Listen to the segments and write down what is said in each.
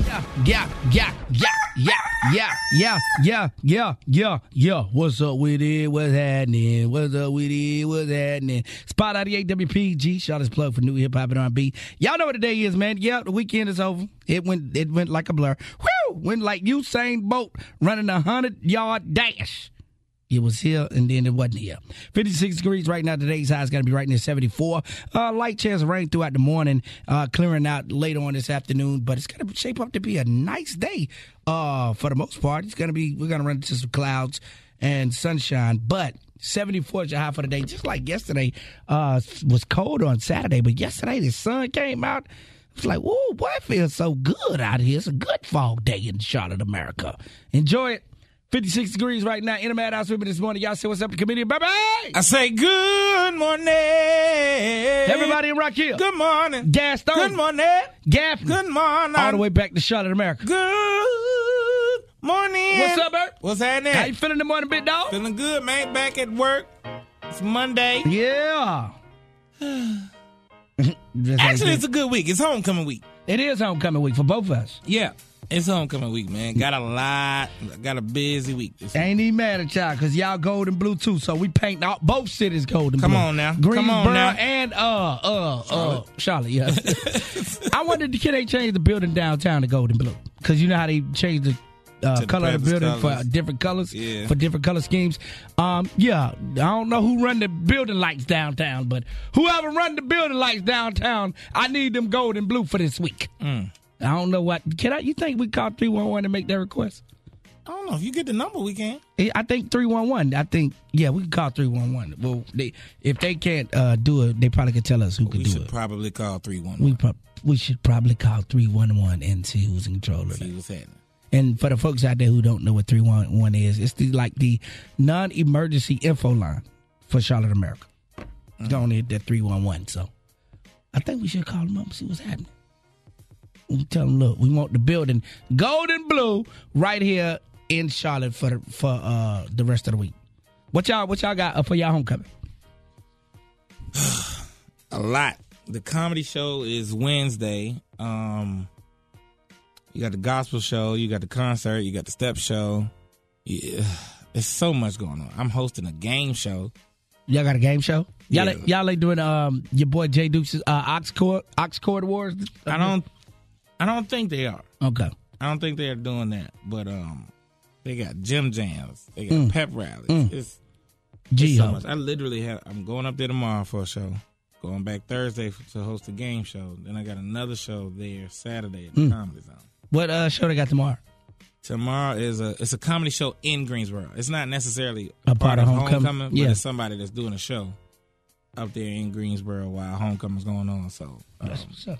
Yeah, yeah, yeah, yeah, yeah, yeah, yeah, yeah, yeah, yeah, yeah. What's up with it? What's happening? What's up with it? What's happening? Spot 98 WPG. Shout out plug for new hip hop and R&B. Y'all know what the day is, man. Yeah, the weekend is over. It went. It went like a blur. Whew! Went like Usain Bolt running a hundred yard dash it was here and then it wasn't here. 56 degrees right now. Today's high is going to be right near 74. Uh, light chance of rain throughout the morning, uh, clearing out later on this afternoon, but it's going to shape up to be a nice day uh, for the most part. It's going to be, we're going to run into some clouds and sunshine, but 74 is your high for the day. Just like yesterday uh, was cold on Saturday, but yesterday the sun came out. It's like, whoa, boy, it feels so good out here. It's a good fog day in Charlotte, America. Enjoy it. 56 degrees right now in the madhouse with me this morning. Y'all say what's up to comedian Bye bye. I say good morning. Everybody. Everybody in Rock Hill. Good morning. Gaston. Good morning. Gaffney. Good morning. All the way back to Charlotte, America. Good morning. What's up, Bert? What's How you happening? feeling in the morning, big dog? Feeling good, man. Back at work. It's Monday. Yeah. Just like Actually, that. it's a good week. It's homecoming week. it is homecoming week for both of us. Yeah. It's homecoming week, man. Got a lot. Got a busy week. This week. Ain't even mad at y'all because y'all gold and blue too. So we paint all, both cities gold and Come blue. on now. Come Greensboro on now. and uh uh uh Charlotte. Yeah. I wondered can they change the building downtown to gold and blue because you know how they change the. Uh, To the color of the previous building colors. for different colors Yeah. for different color schemes um yeah i don't know who run the building lights downtown but whoever run the building lights downtown i need them gold and blue for this week Mm. i don't know what can i you think we call 311 and make that request I don't know. If you get the number, we can. yeah, I think three one one. I think yeah, we can call three one one. Well, they if they can't uh, do it, they probably could tell us who could We do should it. probably call 311. we prob- we should probably call three one one and see who's in control of See it. what's happening. And for the folks out there who don't know what three one one is, it's the like the non emergency info line for Charlotte America. Uh-huh. You Don't need that three one one. So I think we should call them up and see what's happening. We tell them, look, we want the building golden blue right here in Charlotte for the, for uh, the rest of the week. What y'all what y'all got uh, for y'all homecoming? a lot. The comedy show is Wednesday. Um, you got the gospel show, you got the concert, you got the step show. Yeah, there's so much going on. I'm hosting a game show. Y'all got a game show? Y'all Yeah. ain't- y'all ain't doing um your boy Jay Dukes uh, Ox Cord Ox Cord Wars? I don't, I don't think they are. Okay. I don't think they're doing that. But um, they got gym jams, they got pep rallies. It's, it's G so much. I literally have. I'm going up there tomorrow for a show. Going back Thursday f- to host a game show. Then I got another show there Saturday at the Comedy Zone. What uh show they got tomorrow? Tomorrow is a it's a comedy show in Greensboro. It's not necessarily A part of homecoming, yeah. but it's somebody that's doing a show up there in Greensboro while homecoming's going on. So um, That's what's up.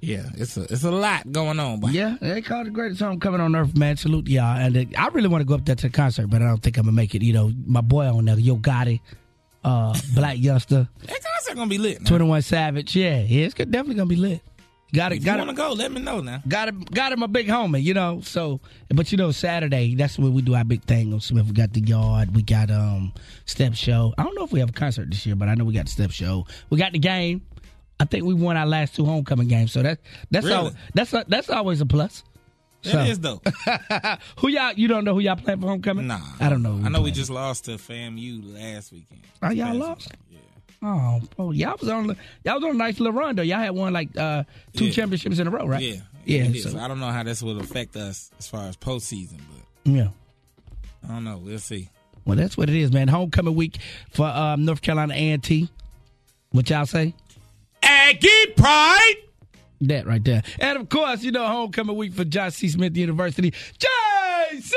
yeah, it's a it's a lot going on. But Yeah, they call it the greatest song coming on earth, man. Salute to y'all. And uh, I really want to go up there to the concert, but I don't think I'm gonna make it. You know, my boy on there, Yo Gotti, uh, Black Youngster, that concert gonna be lit. Now. Twenty One Savage. Yeah, yeah, it's good- definitely gonna be lit. Got it, If you got wanna it. go, let me know now. Got him, got him a big homie, you know. So, but you know, Saturday that's when we do our big thing on Smith. We got the yard, we got um step show. I don't know if we have a concert this year, but I know we got the step show. We got the game. I think we won our last two homecoming games, so that that's Really? all that's a, that's always a plus. So- That is dope. Who y'all? You don't know who y'all playing for homecoming? nah, I don't know. who I know we playing. just lost to FAMU last weekend. Oh, y'all Last lost? weekend, Yeah. Oh, oh, y'all was on. Y'all was on a nice little run though. Y'all had won like uh, two Yeah. championships in a row, right? Yeah, yeah, it is. so- I don't know how this will affect us as far as postseason, but yeah. I don't know. We'll see. Well, that's what it is, man. Homecoming week for um, North Carolina A&T. What y'all say? Aggie Pride. That right there. And of course, you know, homecoming week for John C. Smith University. JC.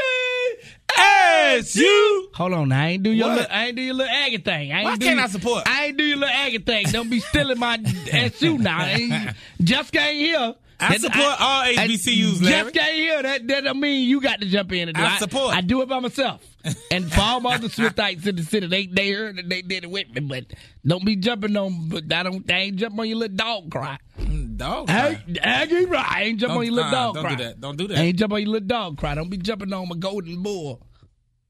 as you. Hold on, now. I ain't do your What? little, I ain't do your little Aggie thing. I ain't Why do can't your- I support? I ain't do your little Aggie thing. Don't be stealing my SU now. I ain't- Jessica ain't here. I support all HBCUs, Larry. Jessica ain't here. That that don't mean you got to jump in and do it. I support. I do it by myself. And for all my other Swiftites in the city, they they heard it, they did it with me. But don't be jumping on. But I don't. I ain't jump on your little dog cry. Dog. I, ain't- I ain't right. I ain't jump Don't- on your little uh-uh, dog don't cry. do that. Don't do that. I ain't jump on your little dog cry. Don't be jumping on my golden bull.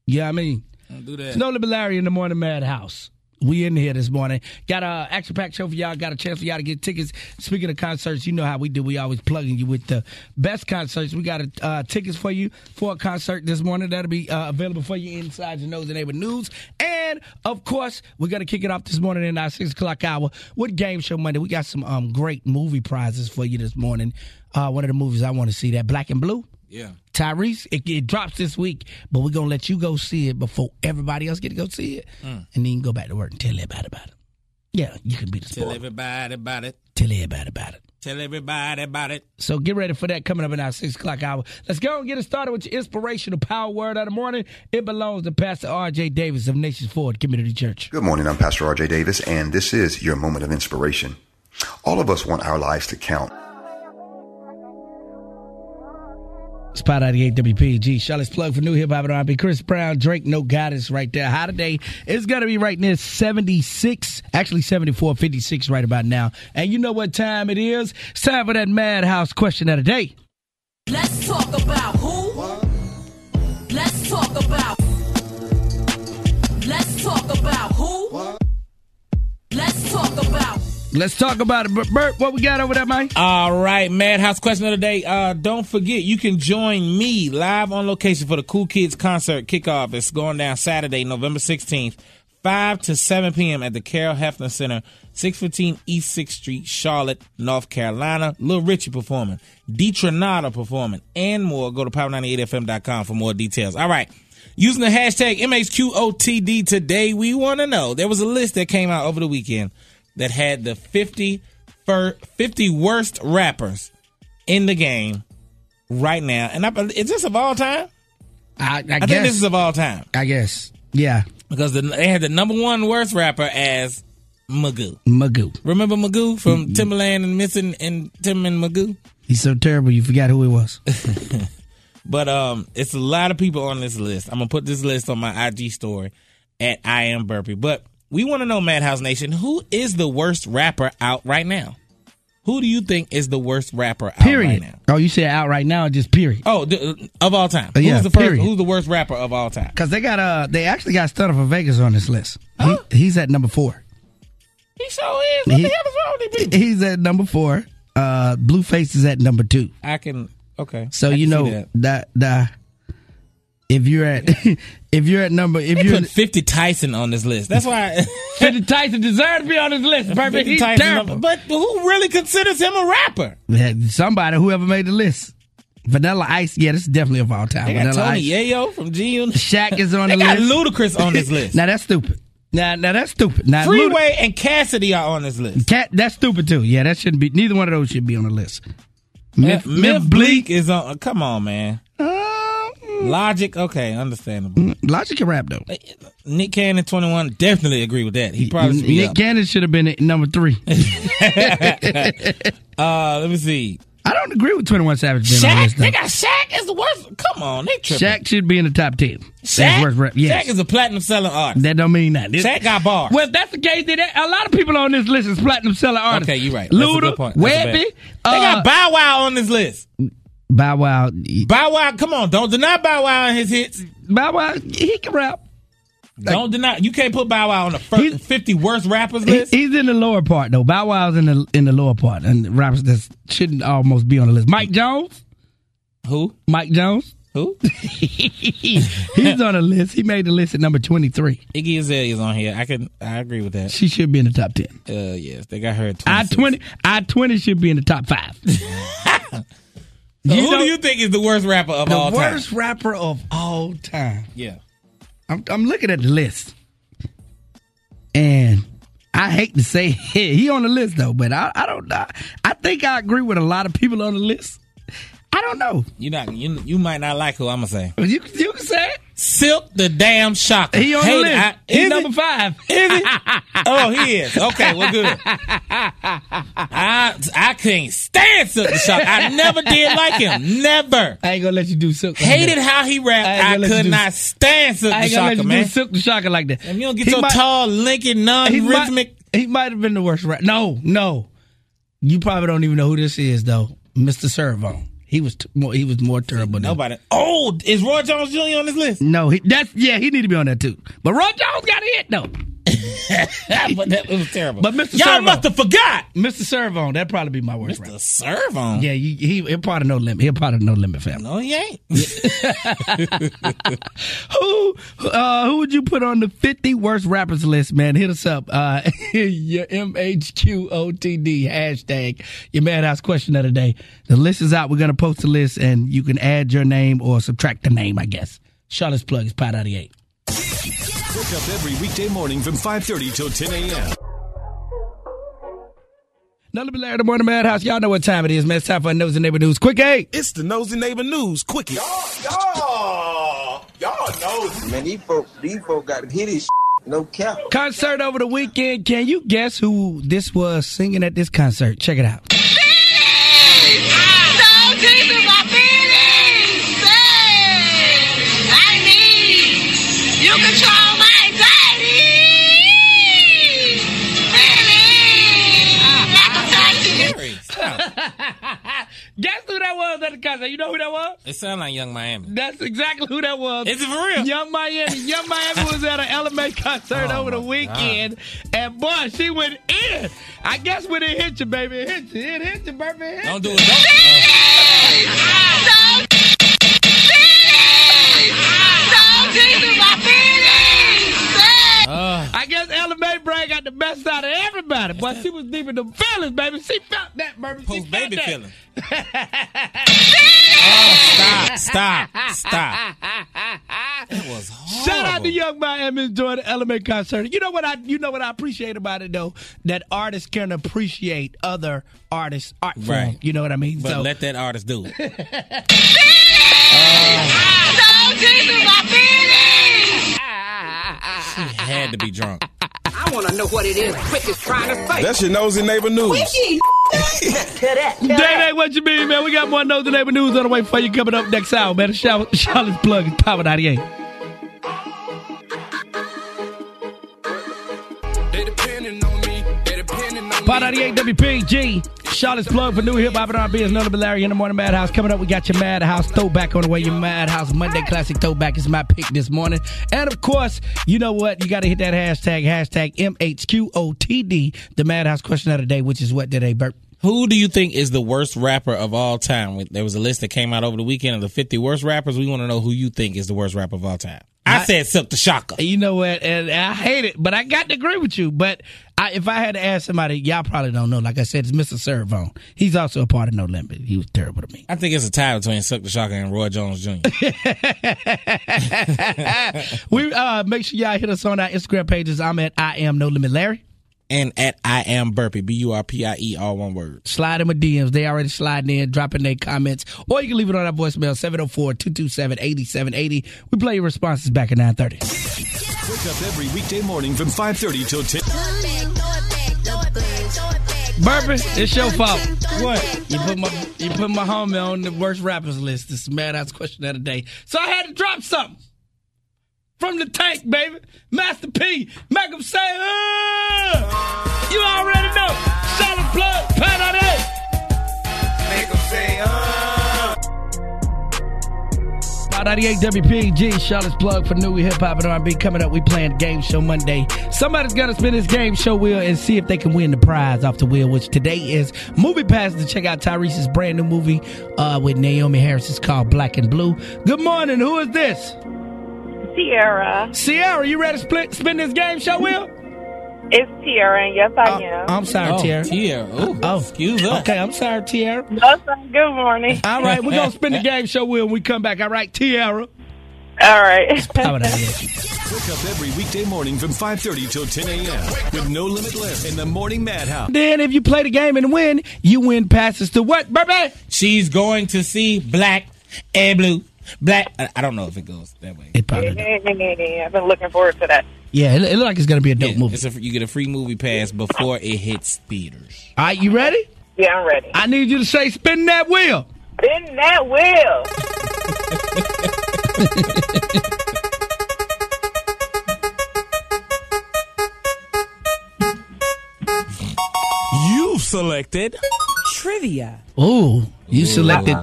Yeah, I mean. Don't do that. Snow Larry in the morning madhouse. We in here this morning. Got a action packed show for y'all. Got a chance for y'all to get tickets. Speaking of concerts, you know how we do. We always plugging you with the best concerts. We got uh, tickets for you for a concert this morning. That'll be uh, available for you inside your nose and neighbor news. And of course, we're gonna kick it off this morning in our six o'clock hour with Game Show Monday. We got some um, great movie prizes for you this morning. Uh, one of the movies I want to see that Black and Blue. Yeah. Tyrese, it, it drops this week, but we're gonna let you go see it before everybody else get to go see it, and then go back to work and tell everybody about it. Yeah, you can be the Tell spoiler. everybody about it. Tell everybody about it. Tell everybody about it. So get ready for that coming up in our six o'clock hour. Let's go and get it started with your inspirational power word of the morning. It belongs to Pastor R.J. Davis of Nations Forward Community Church. Good morning. I'm Pastor RJ Davis, and this is your moment of inspiration. All of us want our lives to count. Spot 98 WPG. Charlotte's plug for new hip hop and R&B. Chris Brown, Drake, no guidance right there. How today is going to be right near 76, actually 74, 56 right about now. And you know what time it is? It's time for that madhouse question of the day. Let's talk about who. Let's talk about. Let's talk about who. Let's talk about. Let's talk about it. But Bert, what we got over there, Mike? All right, Madhouse question of the day. Uh, don't forget, you can join me live on location for the Cool Kids concert kickoff. It's going down Saturday, November 16th, 5 to 7 p.m. at the Carol Hefner Center, 615 East 6th Street, Charlotte, North Carolina. Lil Richie performing, Detronada performing, and more. Go to power98fm.com for more details. All right. Using the hashtag MHQOTD today, we want to know. There was a list that came out over the weekend that had the 50 fir- 50 worst rappers in the game right now. And I, bel- is this of all time? I, I, I guess. think this is of all time I guess. Yeah. because the, they had the number one worst rapper as Magoo. Magoo. Remember Magoo from Timberland and Missing and Tim and Magoo? He's so terrible you forgot who he was. But um, it's a lot of people on this list. I'm gonna put this list on my IG story at I am Burpee. But we want to know, Madhouse Nation, who is the worst rapper out right now? Who do you think is the worst rapper out right Period. now? oh, you said out right now, just period. Oh, d- of all time. Uh, yeah, who's the first, period. Who's the worst rapper of all time? Because they got uh they actually got Stunner for Vegas on this list. He- Huh? he's at number four. He sure is. What He- the hell is wrong with these people? He's at number four. Uh, Blueface is at number two. I can. Okay. So I can you see know that. that. that if you're at if you're at number if They you're put 50 Tyson on this list. That's why. Fifty Tyson deserves to be on this list. 50 Tyson. But who really considers him a rapper? Somebody whoever made the list. Vanilla Ice, yeah, this is definitely of all time. They got Vanilla Tony Ice. Yayo from G Unit. Shaq is on They the got list. Ludacris on this list. Now that's stupid. Now now that's stupid. Now Lud- Freeway and Cassidy are on this list. Cat, that's stupid too. Yeah, that shouldn't be. Neither one of those should be on the list. Myth, Myth Bleak is on. Come on, man. Logic, okay, understandable. Logic can rap though. Nick Cannon, twenty one, definitely agree with that. He probably should be Mm. Nick up. Cannon should have been at number three. Uh, let me see. I don't agree with Twenty One Savage being on Shaq, this. they Though. got Shaq as the worst. Come on, they tripping. Shaq should be in the top ten. That's Shaq, worth rap. Yes. Shaq is a platinum selling artist. that don't mean nothing. Shaq got bars. Well, if that's the case, then that- a lot of people on this list is platinum selling artists. okay, you're right. That's a good Luda, point. That's a bad- Webby, they uh, got Bow Wow on this list. Bow Wow. Bow Wow, come on, don't deny Bow Wow and his hits. Bow Wow, he can rap. Don't deny. You can't put Bow Wow on the He's- first fifty worst rappers He, list. he's in the lower part though. Bow Wow's in the in the lower part, and rappers that shouldn't almost be on the list. Mike Jones, Who? Mike Jones, Who? he's on the list. He made the list at number twenty three. Iggy Azalea's on here. I can. I agree with that. She should be in the top ten. Uh, yes, they got her. At I 26. twenty, I twenty should be in the top five. So You who know- do you think is the worst rapper of the all worst time? rapper of all time. Yeah. I'm, I'm looking at the list, and I hate to say he on the list though, but I, I don't. I, I think I agree with a lot of people on the list. I don't know. You not you you might not like who I'm gonna say. You you can say it. Silk the damn shocker. He on Hate the it. list. I- He's is number it? five. Is he? Oh, he is. Okay, well, good. I I can't stand Silk the Shocker. I never did like him. Never. I ain't gonna let you do silk. like Hated that. how he I ain't rapped. gonna I let you could do- not stand Silk I the ain't gonna let Shocker, you man. do silk the shocker like that. If you don't get He your might- tall, linking, he non might- rhythmic. He might have been the worst rapper. No, no. You probably don't even know who this is though. Mr. Servon. He was t- more. He was more terrible. Than Nobody. Oh, is Roy Jones Jr. on this list? No, he, that's yeah. He need to be on that too. But Roy Jones got a hit though. but that it was terrible. But Mr. Y'all Servo. must have forgot. Mr. Servone, that'd probably be my worst The rapper. serve on. Yeah, you, he, he'll part of no limit. He'll part of no limit family. No, he ain't. Who uh, who would you put on the 50 worst rappers list, man? Hit us up. Uh, your MHQOTD hashtag, your madhouse question of the day. The list is out. We're going to post the list, and you can add your name or subtract the name, I guess. Charlotte's plug is Pot 88. Wake up every weekday morning from 5.30 till 10 a.m. Another bit later, the morning madhouse. Y'all know what time it is, man. It's time for a Nose and Neighbor News. Quick eight. It's the Nosy Neighbor News, quickie. Y'all, y'all know. Man, these folk, these folk got to hit his no cap. Concert over the weekend. Can you guess who this was singing at this concert? Check it out. Guess who that was at the concert? You know who that was? it sound like Young Miami. That's exactly who that was. Is it for real? Young Miami. Young Miami was at an LMA concert Oh, over the my weekend, and boy, she went in. I guess when it hit you, baby, it hit you. It hit you, baby. It hit Don't you. do it. Don't. Uh, I guess LMA Brand got the best out of everybody, but she was deep in the feelings, baby. She felt that, baby. She who's felt baby that. feeling? oh, stop! Stop! Stop! That was horrible. Shout out to Young Miami enjoying the Element concert. You know what I you know what I appreciate about it though? That artists can appreciate other artists' art form. Right. You know what I mean? But so let that artist do it. Had to be drunk. I want to know what it is quick is trying to say. That's your Nosy Neighbor News. Day Day, what you mean, man? We got more Know the Neighbor News on the way for you coming up next hour, man. Shout, Charlotte's plug is Power 98. Power 98 WPG. Charlotte's plug for new hip hop and R&B is Nona Larry in the morning Madhouse. Coming up, we got your Madhouse throwback on the way. Your Madhouse Monday Classic throwback is my pick this morning. And of course, you know what? You got to hit that hashtag, hashtag MHQOTD, the Madhouse question of the day, which is what today, Bert? Who do you think is the worst rapper of all time? There was a list that came out over the weekend of the 50 worst rappers. We want to know who you think is the worst rapper of all time. I, said Silk the Shocker. You know what? And I hate it, but I got to agree with you. But I, if I had to ask somebody, y'all probably don't know. Like I said, it's Mr. Servone. He's also a part of No Limit. He was terrible to me. I think it's a tie between Silk the Shocker and Roy Jones Jr. We uh, make sure y'all hit us on our Instagram pages. I'm at I am No Limit Larry. and at I Am Burpee, B U R P I E, all one word. Slide in my DMs. They already sliding in, dropping their comments. Or you can leave it on our voicemail, 704-227-8780. We play your responses back at 930. Wake up every weekday morning from 5.30 till 10. Burpee, it's your fault. What? You put my you put my homie on the worst rappers list. This is mad ass question of the day. So I had to drop something. From the tank, baby. Master P. Make 'em say, "Uh." You already know. Solid blood, pat on it. Make 'em say, uh. 598 WPG, Charlotte's plug for new hip hop and R&B. Coming up, we playing game show Monday. Somebody's gonna spin this game show wheel and see if they can win the prize off the wheel, which today is movie pass to check out Tyrese's brand new movie uh, with Naomi Harris. It's called Black and Blue. Good morning. Who is this? Tiara. Sierra, you ready to split, spin this game show wheel? It's Tiara, and yes, I Uh, am. I'm sorry, Tiara. Tiara. Oh, Oh. excuse us. Okay, I'm sorry, Tiara. No, sir. Good morning. All right, we're going to spin the game show wheel when we come back. All right, Tiara. All right. How about that? Wake up every weekday morning from 5.30 till 10 a.m. with No Limit Live in the Morning Madhouse. Then if you play the game and win, you win passes to what, baby? She's going to see black and blue. Black. I, I don't know if it goes that way. It probably don't. I've been looking forward to that. Yeah, it, it look like it's going to be a dope Yeah, movie. it's a, you get a free movie pass before it hits theaters. All right, you ready? Yeah, I'm ready. I need you to say spin that wheel. Spin that wheel. You've selected. Ooh, you selected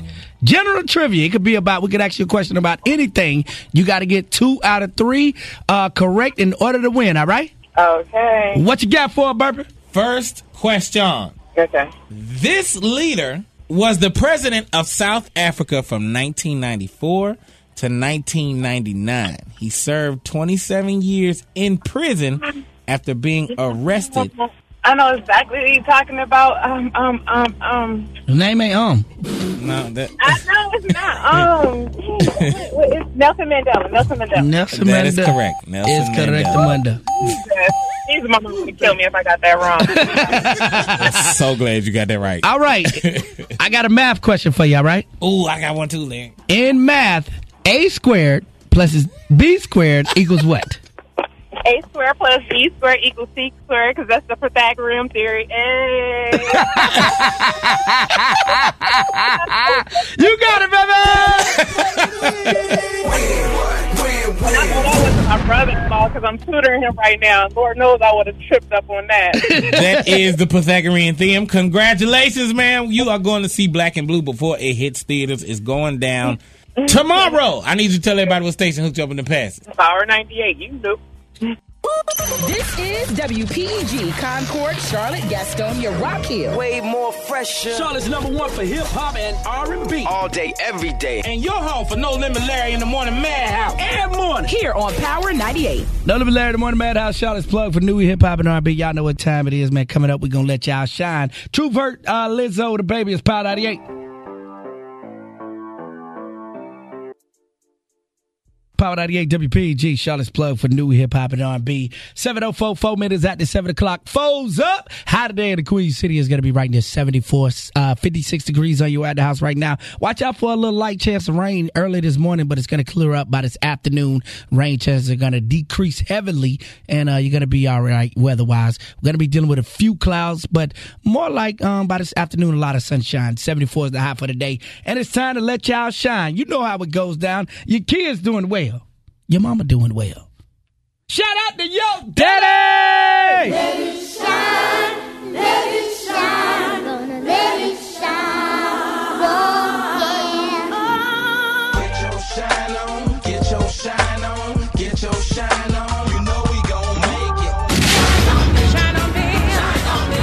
general trivia. It could be about, we could ask you a question about anything. You got to get two out of three uh, correct in order to win, all right? Okay. What you got for a burper? First question. Okay. This leader was the president of South Africa from 1994 to 1999. He served 27 years in prison after being arrested. I know exactly what you're talking about. Um, um, um, um. His name ain't um. No, that, I know it's not. Um, what- what- it's Nelson Mandela. Nelson Mandela. Nelson That is Mandela correct. Nelson is correct, Mandela. Amanda. He's my mom would kill me if I got that wrong. so glad you got that right. All right. I got a math question for you, all right? Ooh, I got one too, Lynn. In math, A squared plus is B squared equals what? A square plus B square equals C square because that's the Pythagorean theory. Hey. You got it, baby! I know that was my brother-in-law because I'm tutoring him right now. Lord knows I would have tripped up on that. That is the Pythagorean theme. Congratulations, ma'am. You are going to see Black and Blue before it hits theaters. It's going down tomorrow. I need you to tell everybody what station hooked you up in the past. Power 98, you knew. This is WPG Concord, Charlotte, Gastonia, Rock Hill. Way more fresher. Charlotte's number one for hip hop and R&B. All day, every day. And your home for No Limit Larry in the morning madhouse. Every morning. Here on Power 98. No Limit Larry, the Morning Madhouse. Charlotte's plug for new hip hop and R&B. Y'all know what time it is, man. Coming up, we going to let y'all shine. True Vert, uh, Lizzo, the baby is Power 98. Power 98 WPG, Charlotte's plug for new hip hop and R&B. 704, four minutes after 7 o'clock. Foes up. High today in the Queen City is going to be right near 74, uh, 56 degrees on you at the house right now. Watch out for a little light chance of rain early this morning, but it's going to clear up by this afternoon. Rain chances are going to decrease heavily, and uh, you're going to be all right weather-wise. We're going to be dealing with a few clouds, but more like um, by this afternoon, a lot of sunshine. 74 is the high for the day, and it's time to let y'all shine. You know how it goes down. Your kids doing well your mama doing well. Shout out to yo daddy! Get your shine on, get your shine on, get your shine on. You know we gon' make it.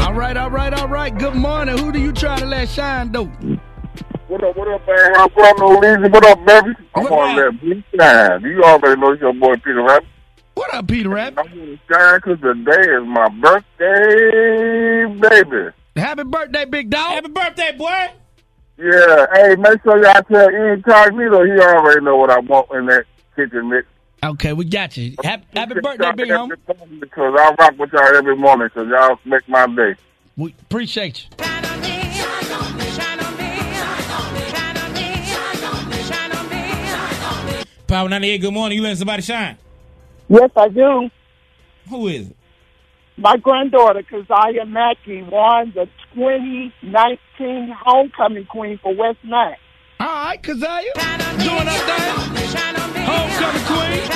All right, all right, all right. Good morning. Who do you try to let shine though? What up, what up, man? I'm from no reason. What up, baby? I'm What gonna up? let me shine. You already know it's your boy Peter Rabbit. What up, Peter Rabbit? I'm gonna shine 'cause today is my birthday, baby. Happy birthday, big dog. Happy birthday, boy. Yeah, hey, make sure y'all tell Incognito he already know what I want in that kitchen mix. Okay, we got you. Happy, happy birthday, Y'all big every homie. morning Because I rock with y'all every morning because y'all make my day. We appreciate you. Power 98, good morning. You letting somebody shine? Yes, I do. Who is it? My granddaughter, Keziah Mackey, won the 2019 Homecoming Queen for West Nine. All right, Kazaya. Doing our thing. Homecoming queen.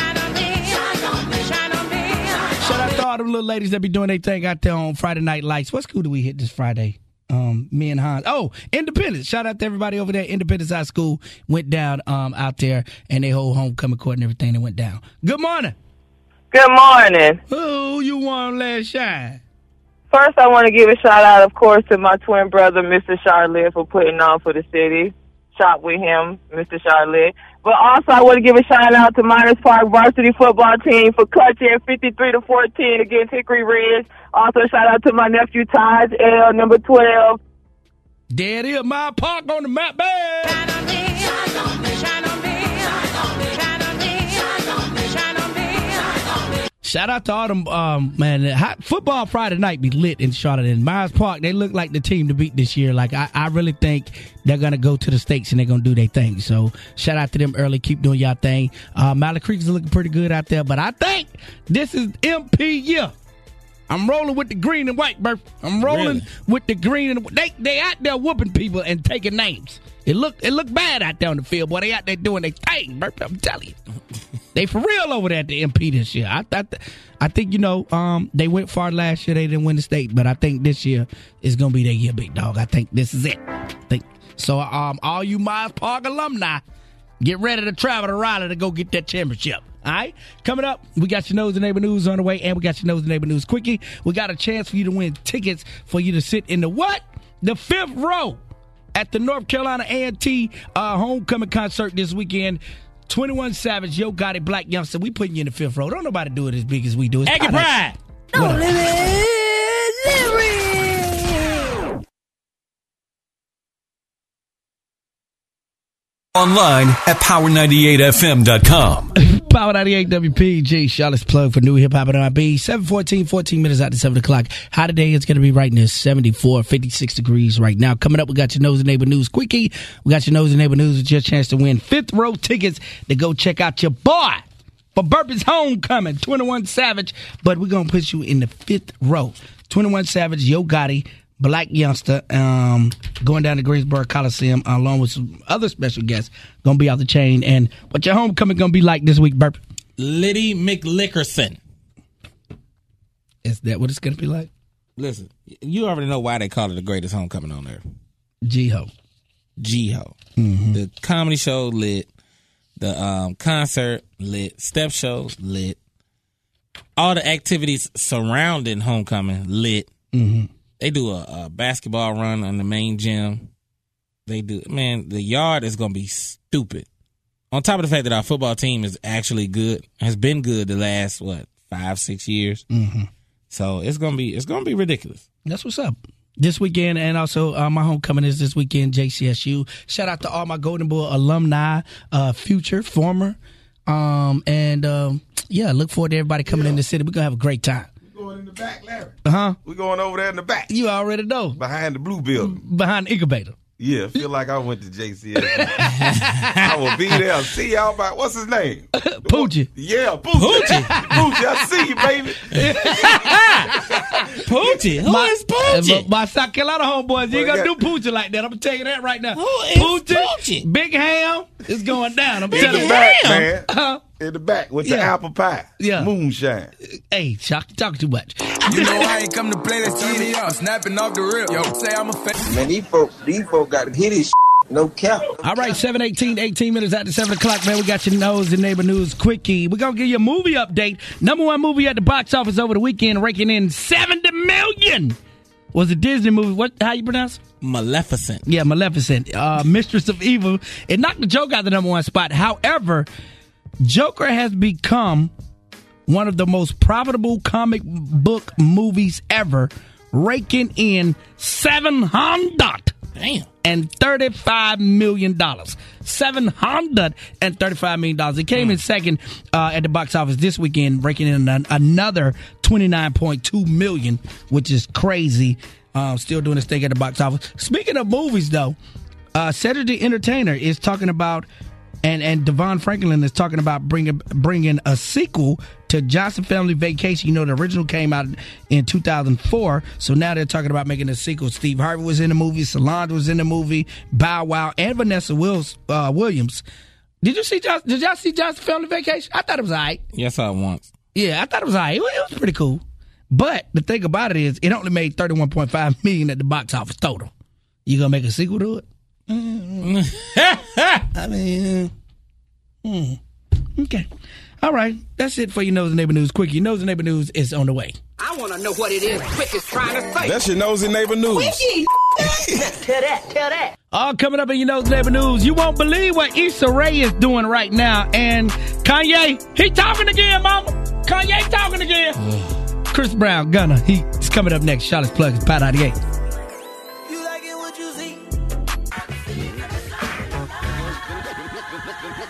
Shout out to all them little ladies that be doing their thing out there on Friday Night Lights. What school do we hit this Friday? Um, me and Hans. Oh, Independence. Shout out to everybody over there. Independence High School went down um out there and they whole homecoming court and everything that went down. Good morning. Good morning. Who you want last shine? First, I want to give a shout out, of course, to my twin brother, Mr. Charlotte, for putting on for the city. Shop with him, Mr. Charlotte. But also, I want to give a shout out to Miners Park varsity football team for clutching 53 to 14 against Hickory Ridge. Also, shout out to my nephew Taj L, number 12. There it is, my park on the map, babe. Shout out to all them, um, man. Hot, football Friday night be lit in Charlotte and Myers Park. They look like the team to beat this year. Like I, I really think they're gonna go to the states and they're gonna do their thing. So shout out to them early. Keep doing y'all thing. Uh, Mallet Creek is looking pretty good out there, but I think this is MP year. I'm rolling with the green and white, Bert. I'm rolling Really? with the green and they they out there whooping people and taking names. It look it look bad out there on the field, boy. They out there doing their thing, Bert. I'm telling you. They for real over there at the MP this year. I thought, I think you know, um, they went far last year. They didn't win the state, but I think this year is gonna be their year, big dog. I think this is it. I think so. Um, all you Miles Park alumni, get ready to travel to Raleigh to go get that championship. All right? Coming up, we got your Nose and Neighbor News on the way, and we got your Nose and Neighbor News Quickie. We got a chance for you to win tickets for you to sit in the what? The fifth row at the North Carolina A&T uh, homecoming concert this weekend. 21 Savage, Yo Got It, Black Youngster. We putting you in the fifth row. Don't nobody do it as big as we do it. Egg and pride. No Online at power98fm.com. Power 98 WPG, Charlotte's plug for new hip hop and R&B. 714, 14 minutes after 7 o'clock. High today is going to be right near 74, 56 degrees right now. Coming up, we got your Nose and Neighbor News Quickie. We got your Nose and Neighbor News with your chance to win fifth row tickets to go check out your boy for Burpee's Homecoming, 21 Savage. But we're going to put you in the fifth row. 21 Savage, Yo Gotti, Black Youngster, um, going down to Greensboro Coliseum along with some other special guests. Gonna be out the chain. And what your homecoming gonna be like this week, Burp? Liddy McLickerson. Is that what it's gonna be like? Listen, you already know why they call it the greatest homecoming on earth. G-Ho. G-Ho. Mhm. The comedy show lit. The um, concert lit. Step shows lit. All the activities surrounding homecoming lit. Mm-hmm. They do a, a basketball run on the main gym. They do man, the yard is gonna be stupid. On top of the fact that our football team is actually good, has been good the last what five six years. Mm-hmm. So it's gonna be it's gonna be ridiculous. That's what's up. This weekend, and also uh, my homecoming is this weekend, JCSU. Shout out to all my Golden Bull alumni, uh, future, former. Um, and um, yeah, look forward to everybody coming in the city. We're going to have a great time. Going in the back, Larry. Uh-huh. We going over there in the back. You Mm. already know. Behind the blue building. Behind the incubator. Yeah, feel like I went to JCS. I will be there. See y'all by what's his name? Poochie. Yeah, Poochie. Poochie. I see you, baby. Poochie? Who is My, uh, my South Carolina homeboys, you ain't gonna do Poochie like that. I'm gonna tell you that right now. Who is Poochie? Big Ham is going down. I'm In telling the you. back, man. Uh-huh. In the back with the Yeah. apple pie. Yeah. Moonshine. Hey, Chuck, you talking too much. You know I ain't come to play. Let's turn me up. Snapping off the rip. Yo, say I'm a fan. Man, these folk, these folk got hit his no cap. All right, 718, 18 minutes after 7 o'clock, man. We got your nose and neighbor news quickie. We're going to give you a movie update. Number one movie at the box office over the weekend, raking in 70 million. Was a Disney movie. What? How you pronounce it? Maleficent. Yeah, Maleficent, uh, Mistress of Evil. It knocked the Joker out of the number one spot. However, Joker has become one of the most profitable comic book movies ever, raking in seven hundred Damn. and thirty-five million dollars. Seven hundred and thirty-five million dollars. It came in second uh, at the box office this weekend, breaking in an, another twenty-nine point two million, which is crazy. Um, still doing this thing at the box office. Speaking of movies, though, uh, Cedric the Entertainer is talking about. And and Devon Franklin is talking about bringing bringing a sequel to Johnson Family Vacation. You know the original came out in 2004, so now they're talking about making a sequel. Steve Harvey was in the movie, Solange was in the movie, Bow Wow, and Vanessa Wills, uh, Williams. Did you see? John, did y'all see Johnson Family Vacation? I thought it was alright. Yes, I want. Yeah, I thought it was alright. It was- it was pretty cool. But the thing about it is, it only made 31.5 million at the box office total. You gonna make a sequel to it? I mean, hmm. okay. All right, that's it for your Nose and Neighbor News. Quick, your Nose and Neighbor News is on the way. I want to know what it is Quick is trying to say. your nosy neighbor Quickie. tell that, tell that. All coming up in your Nose and Neighbor News, you won't believe what Issa Rae is doing right now. And Kanye, he talking again, mama. Kanye talking again. Chris Brown, Gunna, he's coming up next. Charlotte's Plug is Pat 98. You like it what you see?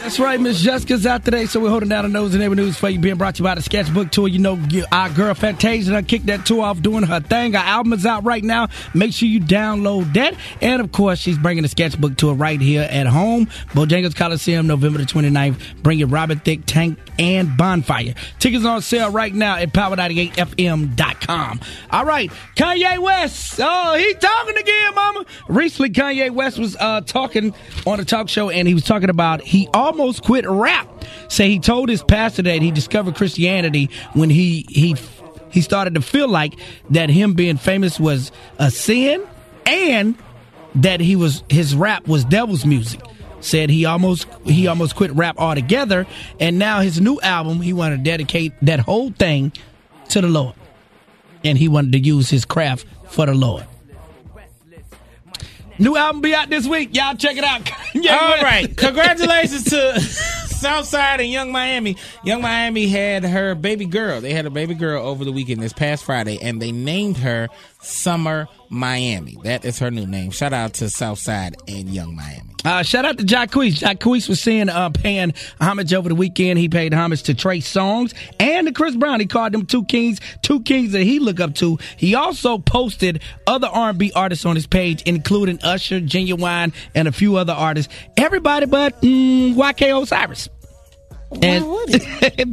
That's right, Miss Jessica's out today, so we're holding down the nose and every news for you. Being brought to you by the Sketchbook Tour. You know, you- our girl Fantasia done kicked that tour off doing her thing. Our album is out right now. Make sure you download that. And of course, she's bringing the Sketchbook Tour right here at home. Bojangles Coliseum, November the 29th. Bring your Robert Thick, Tank, and Bonfire. Tickets on sale right now at power98fm.com. All right, Kanye West. Oh, he talking again, mama. Recently, Kanye West was uh, talking on a talk show, and he was talking about he almost quit rap. Say he told his pastor that he discovered Christianity when he he he started to feel like that him being famous was a sin, and that he was his rap was devil's music. said he almost he almost quit rap altogether, and now his new album he wanted to dedicate that whole thing to the Lord, and he wanted to use his craft for the Lord. New album be out this week. Y'all check it out. All right. Congratulations to Southside and Young Miami. Young Miami had her baby girl. They had a baby girl over the weekend this past Friday, and they named her Summer Miami. That is her new name. Shout out to Southside and Young Miami. Uh, shout out to Jacquees. Jacquees was seeing uh, paying homage over the weekend. He paid homage to Trey Songs and to Chris Brown. He called them two kings, two kings that he look up to. He also posted other R&B artists on his page, including Usher, Genuine, and a few other artists. Everybody but mm, YK Osiris. And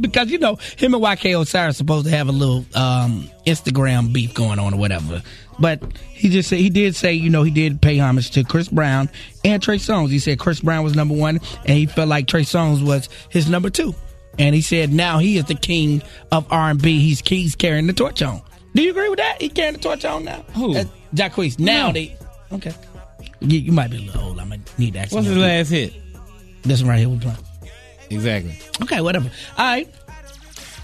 because you know him and YK Osiris supposed to have a little um, Instagram beef going on or whatever. But he just said he did say you know he did pay homage to Chris Brown and Trey Songz. He said Chris Brown was number one and he felt like Trey Songz was his number two. And he said now he is the king of R and B. He's he's carrying the torch on. Do you agree with that? He carrying the torch on now. Who? Uh, Jacquees. Now No. they okay. You, you might be a little old. I might need to ask. What's you. his last hit? This one right here we playing. Exactly. Okay, whatever. All right.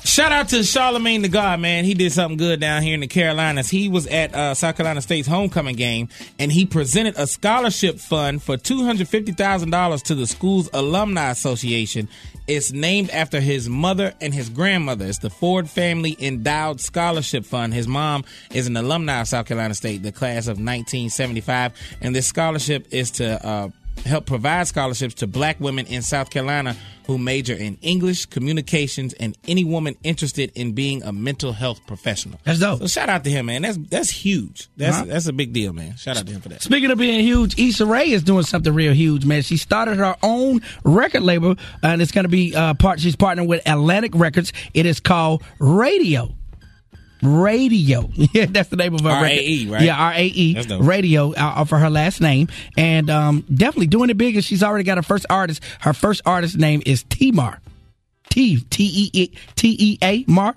Shout out to Charlemagne the God, man. He did something good down here in the Carolinas. He was at uh, South Carolina State's homecoming game, and he presented a scholarship fund for two hundred fifty thousand dollars to the school's alumni association. It's named after his mother and his grandmother. It's the Ford Family Endowed Scholarship Fund. His mom is an alumni of South Carolina State, the class of nineteen seventy five, and this scholarship is to. Uh, help provide scholarships to black women in South Carolina who major in English, communications, and any woman interested in being a mental health professional. That's dope. So shout out to him, man. That's that's huge. That's Uh-huh. that's a big deal, man. Shout out to him for that. Speaking of being huge, Issa Rae is doing something real huge, man. She started her own record label, uh, and it's going to be uh, part. She's partnering with Atlantic Records. It is called Radio. Radio, yeah, that's the name of her R.A.E., record. right? Yeah, R A E. That's dope. Radio uh, uh, for her last name, and um, definitely doing it big. And she's already got her first artist. Her first artist name is Timar. T T E T E A Mar.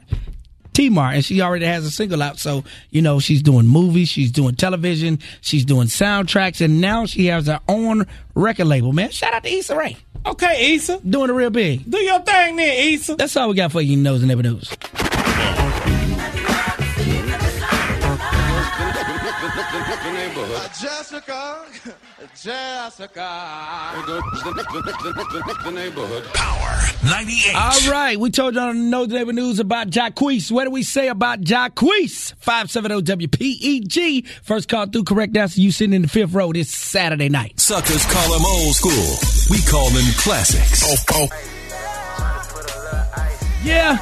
Timar, and she already has a single out. So you know she's doing movies, she's doing television, she's doing soundtracks, and now she has her own record label. Man, shout out to Issa Rae, Okay, Issa. doing it real big. Do your thing then, Issa. That's all we got for you, knows and never knows. Jessica, Jessica. All right, we told y'all to know the neighbor news about Jacquees. What do we say about Jacquees? 570 WPEG. E First call through, correct answer. You sitting in the fifth row this Saturday night. Suckers call them old school. We call them classics. Oh, oh. Yeah.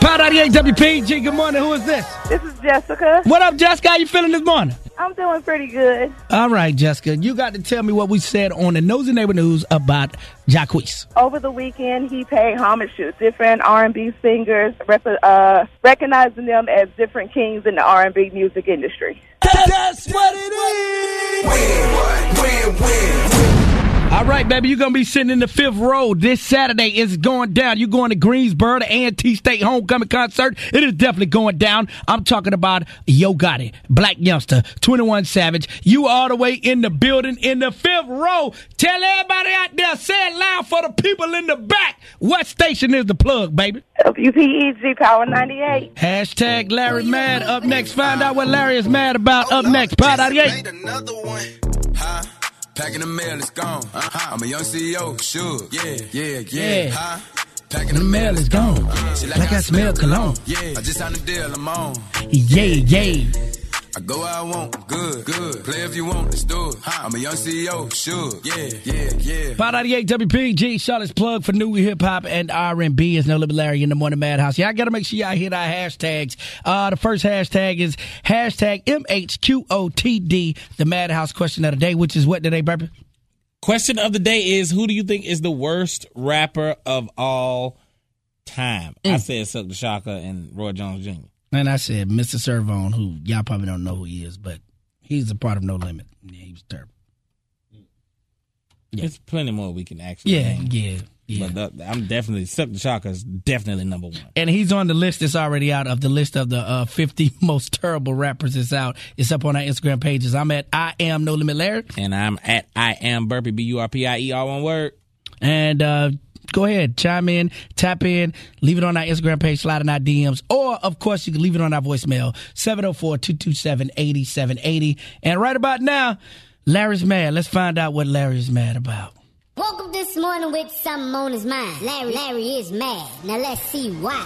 Pound 98 WPG. E Good morning. Who is this? This is Jessica. What up, Jessica? How you feeling this morning? I'm doing pretty good. All right, Jessica. You got to tell me what we said on the Nosy Neighbor News about Jacquees. Over the weekend, he paid homage to different R&B singers, rep- uh, recognizing them as different kings in the R&B music industry. That's what it is. All right, baby, you're going to be sitting in the fifth row this Saturday. It's going down. You're going to Greensboro, the Ant State Homecoming Concert. It is definitely going down. I'm talking about Yo Gotti, Black Youngster, 21 Savage. You all the way in the building in the fifth row. Tell everybody out there, say it loud for the people in the back. What station is the plug, baby? E WPEG Power 98. Hashtag Larry Mad up next. Find out what Larry is mad about up next. Pod 98. Packing the mail, it's gone. Uh-huh. I'm a young CEO, sure. Yeah, yeah, yeah. Yeah. Huh? Packing the mail is gone. Like I smell cologne. Yeah, I just signed a deal, I'm on. Yeah, yeah. I go where I want, good, good. Play if you want, let's do it. Huh? I'm a young CEO, sure. Yeah, yeah, yeah. 598 WPG, Charlotte's plug for new hip hop and R&B is No Limit Larry in the Morning Madhouse. Y'all got to make sure y'all hit our hashtags. Uh, the first hashtag is hashtag MHQOTD, the Madhouse question of the day, which is what today, Burpee? Question of the day is who do you think is the worst rapper of all time? I said Silk the Shocker and Roy Jones Jr. And I said Mr. Servone, who y'all probably don't know who he is, but he's a part of No Limit. Yeah, he was terrible. There's plenty more we can actually Yeah, name. yeah. But that- I'm definitely Suck the Shock is definitely number one. And he's on the list that's already out of the list of the uh, 50 most terrible rappers that's out. It's up on our Instagram pages. I'm at I am No Limit Larry. And I'm at I am Burpee B U R P I E all one word. And uh, go ahead, chime in, tap in, leave it on our Instagram page, slide in our DMs, or of course, you can leave it on our voicemail, 704 227 8780. oh. And right about now, Larry's mad. Let's find out what Larry's mad about. Woke up this morning with something on his mind. Larry, Larry is mad. Now let's see why.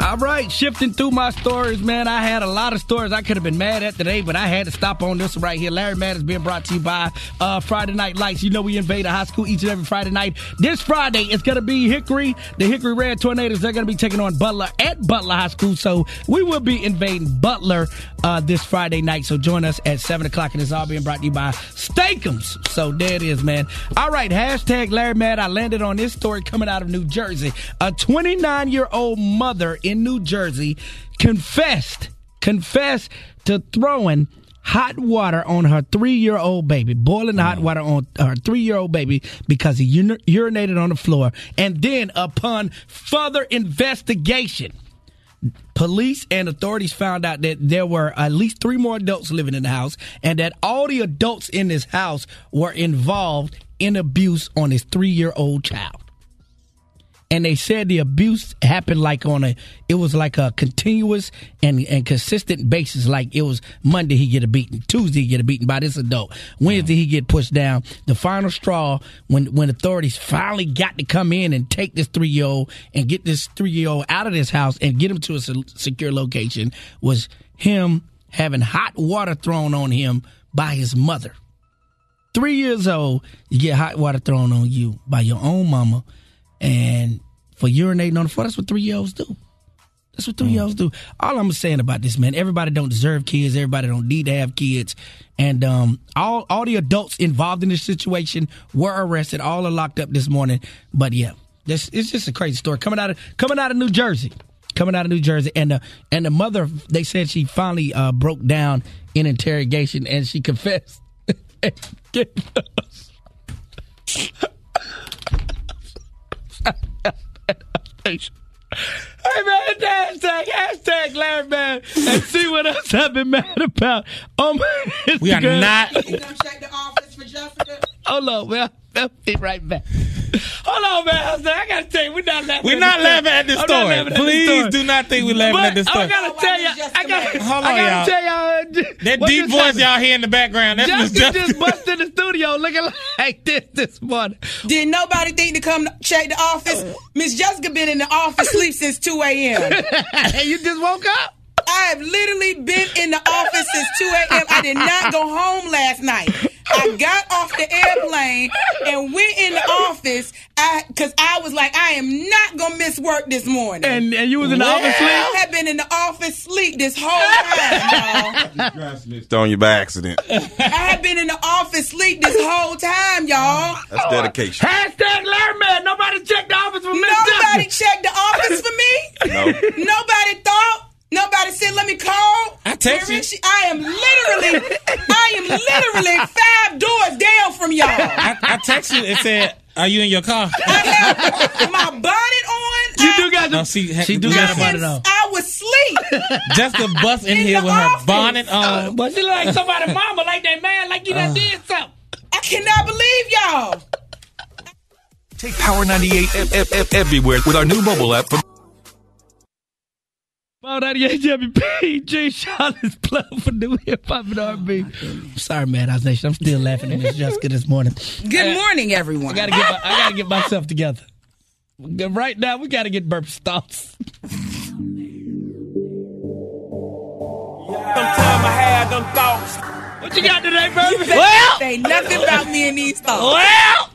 All right, shifting through my stories, man. I had a lot of stories I could have been mad at today, but I had to stop on this one right here. Larry Mad is being brought to you by uh, Friday Night Lights. You know we invade a high school each and every Friday night. This Friday, it's going to be Hickory, the Hickory Red Tornadoes. They're going to be taking on Butler at Butler High School, so we will be invading Butler uh, this Friday night. So join us at 7 o'clock, and it's all being brought to you by Steakums. So there it is, man. All right, hashtag Larry Mad. I landed on this story coming out of New Jersey. A 29 year old mother in New Jersey confessed, confessed to throwing hot water on her three year old baby, boiling hot water on her three year old baby because he ur- urinated on the floor. And then, upon further investigation, Police and authorities found out that there were at least three more adults living in the house and that all the adults in this house were involved in abuse on his three year old child. And they said the abuse happened like on a, it was like a continuous and, and consistent basis. Like it was Monday he get a beating, Tuesday he get a beating by this adult, Wednesday he get pushed down. The final straw when when authorities finally got to come in and take this three year old and get this three year old out of this house and get him to a se- secure location was him having hot water thrown on him by his mother three years old, you get hot water thrown on you by your own mama, and for urinating on the floor. That's what three year olds do. That's what three year olds do. All I'm saying about this, man, everybody don't deserve kids. Everybody don't need to have kids. And um, all all the adults involved in this situation were arrested. All are locked up this morning. But yeah, this it's just a crazy story coming out of coming out of New Jersey. Coming out of New Jersey, and the and the mother, they said she finally uh, broke down in interrogation, and she confessed. Hey man, hashtag hashtag Larry Man and see what else I've been mad about Oh, on my Instagram. We are not- Hold on, man. I'll be right back. Hold on, man. Hashtag, I gotta tell you, we're not laughing. We're at not this laughing at this I'm not story. laughing at this Please story. do not think we're laughing But oh at this story. I gotta tell you, I gotta, Hold I on, gotta y'all. tell y'all. uh, That what deep just voice happened. y'all hear in the background. That's Miss Justin Justin. just busted in the studio looking like this this morning. Did nobody think to come check the office? Miss Jessica been in the office sleep since 2 a.m. you just woke up? I have literally been in the office since 2 a.m. I did not go home last night. I got off the airplane and went in the office I because I was like, I am not going to miss work this morning. And, and you was in the office I sleep? have been in the office sleep this whole time, y'all. on you by accident. I have been in the office sleep this whole time, y'all. That's dedication. Hashtag Larry Man. Nobody checked the office for me. Nobody checked the office for me. No. Nobody thought. Nobody said, "Let me call." I text you. She, I am literally, I am literally five doors down from y'all. I, I texted you and said, "Are you in your car?" My bonnet on. You do got No, she, She do got a bonnet on. I was sleep. Jessica bust in, here with her bonnet on. But she look like somebody's mama, like that man, like you done Uh. did something. I cannot believe y'all. Take Power 98 F- F- F- everywhere with our new mobile app from Well, that HWPG Charlotte's Club for New Hip Hop and R&B. I'm Oh, sorry, Mad House Nation. I'm still laughing at Miss Jessica this morning. Uh, Good morning, everyone. I gotta get my, I gotta get myself together. Right now, we gotta get burp stops. I had them thoughts. What you got today, baby? Well, say nothing about me and these thoughts. Well,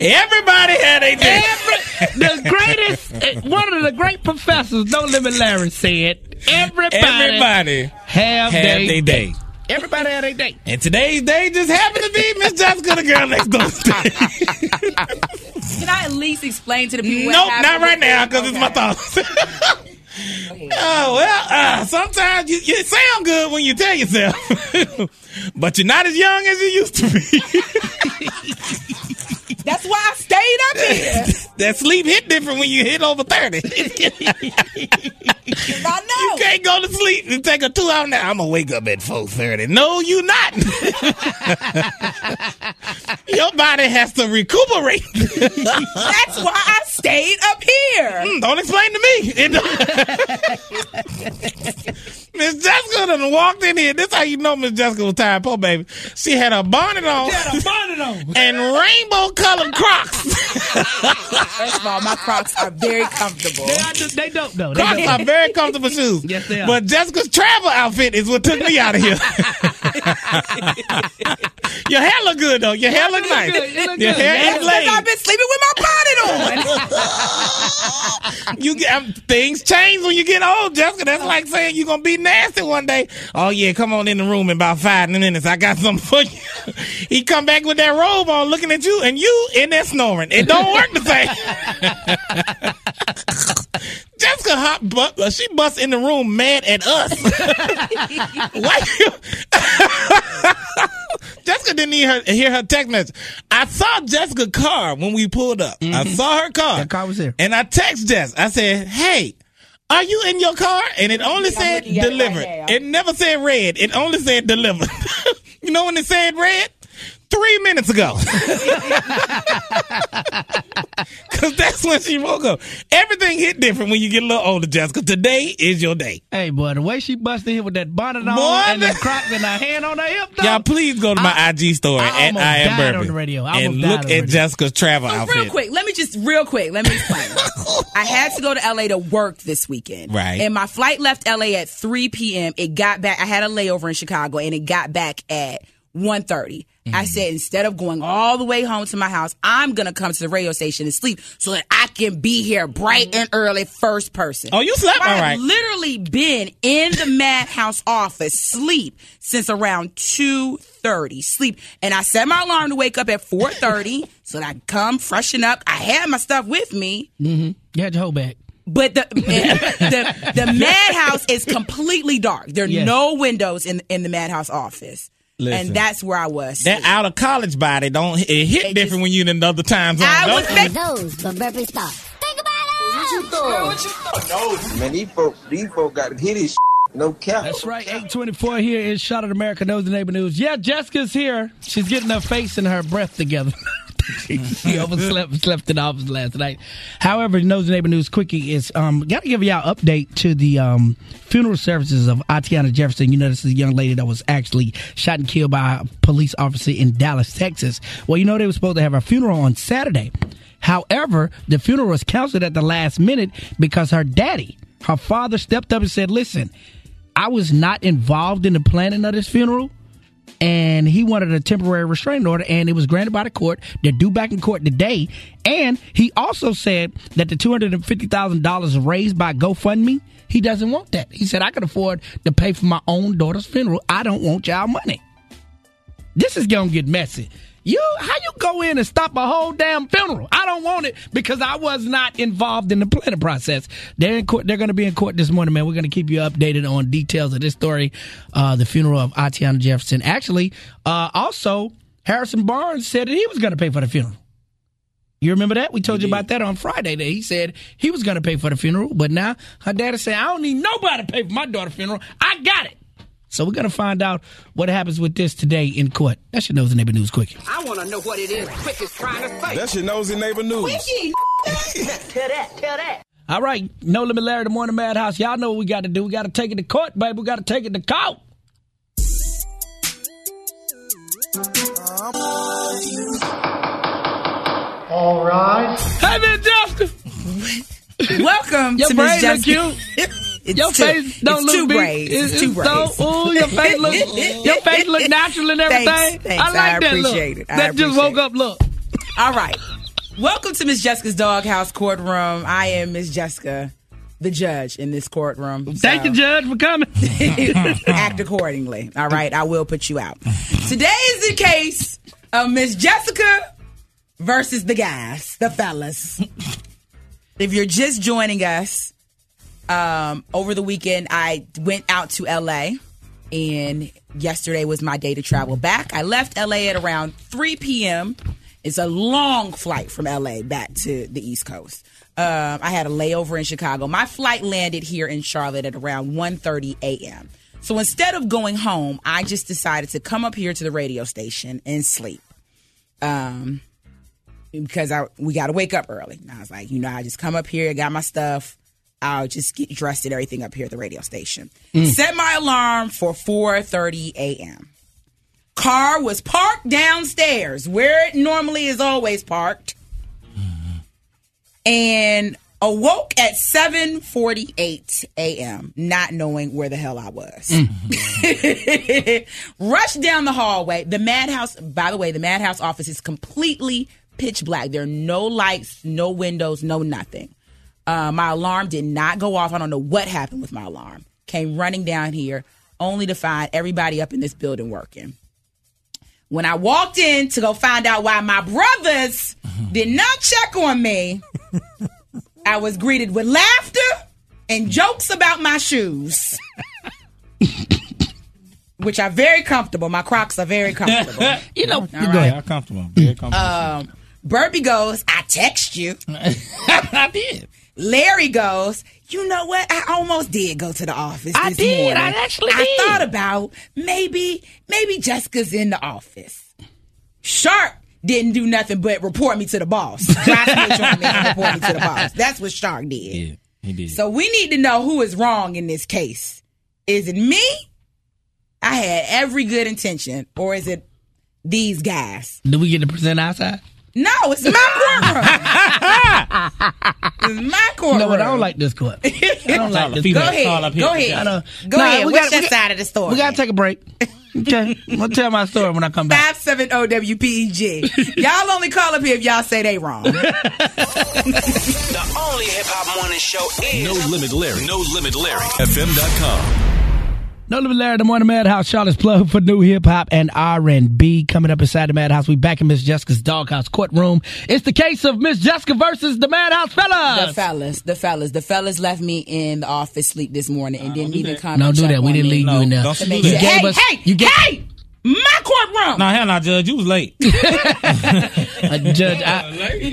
everybody had a day. the greatest, one of the great professors, No Limit Larry said, everybody, Everybody have, had they their day. Everybody had a day. And today's day just happened to be Miss Jessica, the girl next door. Can I at least explain to the people? nope, what not happened right with now this? because it's my thoughts. oh well, uh, sometimes you, you sound good when you tell yourself, but you're not as young as you used to be. That's why I stayed up here. that sleep hit different when you hit over 30. I know. You can't go to sleep and take a two hour nap. I'm going to wake up at 4.30. No, you not. Your body has to recuperate. Uh-huh. That's why I stayed up here. don't explain to me. It don't- Miss Jessica done walked in here. This how you know Miss Jessica was tired, poor baby. She had a bonnet on. She had a bonnet on. And rainbow colored Crocs. First of all, my Crocs are very comfortable. They, are, just- they dope though. They Crocs dope. are very comfortable shoes. Yes, they are. But Jessica's travel outfit is what took me out of here. Your hair look good though. Your hair look nice. Your hair is That's 'cause I've laid. been sleeping with my bonnet on. You get, um, things change when you get old, Jessica. That's like saying you're gonna be nasty one day. Oh yeah, come on in the room in about five minutes. I got something for you. he come back with that robe on, looking at you, and you in there snoring. It don't work the same. Jessica hot but uh, she busts in the room mad at us. Why you? Jessica didn't hear her, hear her text message. I saw Jessica's car when we pulled up. I saw her car. Mm-hmm. That car was there. And I text Jess. I said, "Hey, are you in your car?" And it only said looking at it right delivered. now. it never said red. It only said delivered. you know when it said red? Three minutes ago. Cause that's when she woke up. Everything hit different when you get a little older, Jessica. Today is your day. Hey, boy, the way she busted him with that bonnet on Boy, and the that- crocs and her hand on her hip, though. Y'all, please go to my IG story at almost I am died on Burpee the radio. I and almost died look on at the radio. Jessica's travel outfit. Real quick, let me just real quick, let me explain. I had to go to LA to work this weekend. Right. And my flight left LA at 3 p.m. It got back I had a layover in Chicago and it got back at 1:30. I said instead of going all the way home to my house, I'm going to come to the radio station and sleep so that I can be here bright and early first person. Oh, you slept? So I All have right. literally been in the madhouse office sleep since around 2.30 sleep and i set my alarm to wake up at 4.30 so that i come freshen up i had my stuff with me Mm-hmm. You had your whole back. but the the, the madhouse is completely dark there are Yes. no windows in, in the madhouse office Listen. and that's where i was That out of college body don't it hit different when you in another time zone. don't it? those, but Burberry Star. What you thought? what you thought? No, man, these folk, these folk got hit his no cap. That's right. 824 here is Shot at America Knows the Neighbor News. Yeah, Jessica's here. She's getting her face and her breath together. she overslept slept in the office last night. However, Knows the Neighbor News quickie is um gotta give y'all update to the um funeral services of Atiana Jefferson. You know this is a young lady that was actually shot and killed by a police officer in Dallas, Texas. Well, you know they were supposed to have her funeral on Saturday. However, the funeral was canceled at the last minute because her daddy, her father, stepped up and said, Listen, I was not involved in the planning of this funeral, and he wanted a temporary restraining order, and it was granted by the court. They're due back in court today, and he also said that the two hundred and fifty thousand dollars raised by GoFundMe, he doesn't want that. He said, "I could afford to pay for my own daughter's funeral. I don't want y'all money." This is gonna get messy. You, how you go in and stop a whole damn funeral? I don't want it because I was not involved in the planning process. They're in court. They're going to be in court this morning, man. We're going to keep you updated on details of this story, uh, the funeral of Atiana Jefferson. Actually, uh, also Harrison Barnes said that he was going to pay for the funeral. You remember that? We told you about that on Friday. That he said he was going to pay for the funeral, but now her daddy said, "I don't need nobody to pay for my daughter's funeral. I got it." So we're gonna find out what happens with this today in court. That should know the neighbor news quick. I want to know what it is Quick is trying to say. That's your nosy neighbor news. tell that, tell that. All right, no limit, Larry. The morning madhouse. Y'all know what we got to do. We got to take it to court, baby. We got to take it to court. All right. Hey, man, Jessica. welcome Your to braids Miss look Jessica. It's your too- face don't it's look two big. braids. It's two braids. So, ooh, your face look your face look natural and everything. Thanks, thanks. I like I that appreciate look. it. I that just appreciate woke up. Look. All right. Welcome to Miss Jessica's Doghouse Courtroom. I am Miss Jessica, the judge in this courtroom. Thank you, Judge, for coming. Act accordingly. All right. I will put you out. Today is the case of Miss Jessica versus the guys, the fellas. if you're just joining us, um, over the weekend, I went out to LA, and yesterday was my day to travel back. I left LA at around 3 p.m. It's a long flight from LA back to the East Coast. Um, I had a layover in Chicago. My flight landed here in Charlotte at around 1:30 a.m. So instead of going home, I just decided to come up here to the radio station and sleep. Um, because I we got to wake up early. And I was like, you know, I just come up here, got my stuff. I'll just get dressed and everything up here at the radio station. Set my alarm for 4:30 a.m. Car was parked downstairs where it normally is always parked. And awoke at 7:48 a.m. not knowing where the hell I was. Rushed down the hallway. The madhouse, by the way, the madhouse office is completely pitch black. There are no lights, no windows, no nothing. Uh, my alarm did not go off. I don't know what happened with my alarm. Came running down here only to find everybody up in this building working. When I walked in to go find out why my brothers did not check on me, I was greeted with laughter and jokes about my shoes, which are very comfortable. My Crocs are very comfortable. you know, All right. I'm comfortable. I'm very comfortable. um, Burpee goes, I text you. I did. Larry goes, you know what? I almost did go to the office. I this did. I morning. actually I did." thought about maybe, maybe Jessica's in the office. Sharp didn't do nothing but report me to the boss. Try to snitch on me and report me to the boss. That's what Shark did. he did. So we need to know who is wrong in this case. Is it me? I had every good intention, or is it these guys? Do we get to present outside? No, it's my courtroom. it's my courtroom. You know what? I don't like this court. I don't like this. Go ahead. Go I ahead. don't- Go Nah, ahead. we What's gotta- your we side of the story? We gotta take a break. Okay, I'm gonna tell my story when I come back. Five seven O W P E G. Y'all only call up here if y'all say they wrong. The only hip hop morning show is No Limit Larry. No Limit Larry. FM.com. No limit, Larry. The morning madhouse. Charlotte's plug for new hip hop and R and B coming up inside the madhouse. We back in Miss Jessica's doghouse courtroom. It's the case of Miss Jessica versus the madhouse fellas. The fellas, the fellas, the fellas left me in the office sleep this morning and didn't even come. Don't and do check that. We on didn't me. leave you in there. To make you sure- gave hey, us. hey, you gave, hey, my courtroom. Nah, hell no, Judge. You was late. Uh, judge, I,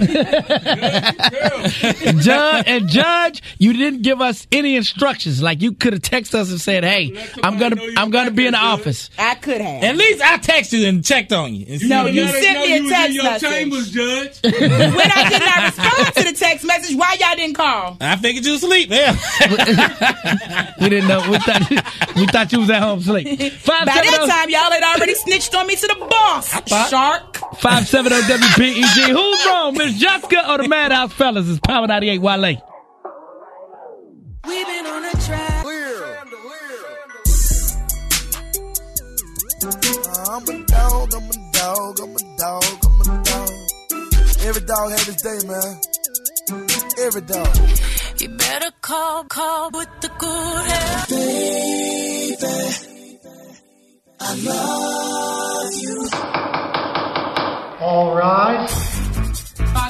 judge, and judge, you didn't give us any instructions. Like you could have texted us and said, "Hey, I'm gonna, I'm gonna be in the office." I could have. At least I texted and checked on you. and No, see- you sent me a text message. Judge. when I did not respond to the text message, why y'all didn't call? I figured you was asleep. Yeah. we didn't know. We thought, we thought you was at home sleep. By oh- that time, y'all had already snitched on me to the boss. Shark. 570 WPEG. E Who's wrong, Miss Jessica or the Madhouse Fellas? It's Power 98 Wale. We've been on a track. I'm a dog, I'm a dog, I'm a dog, I'm a dog. Every dog has his day, man. Every dog. You better call, call with the good help. Baby, I love you. All rise.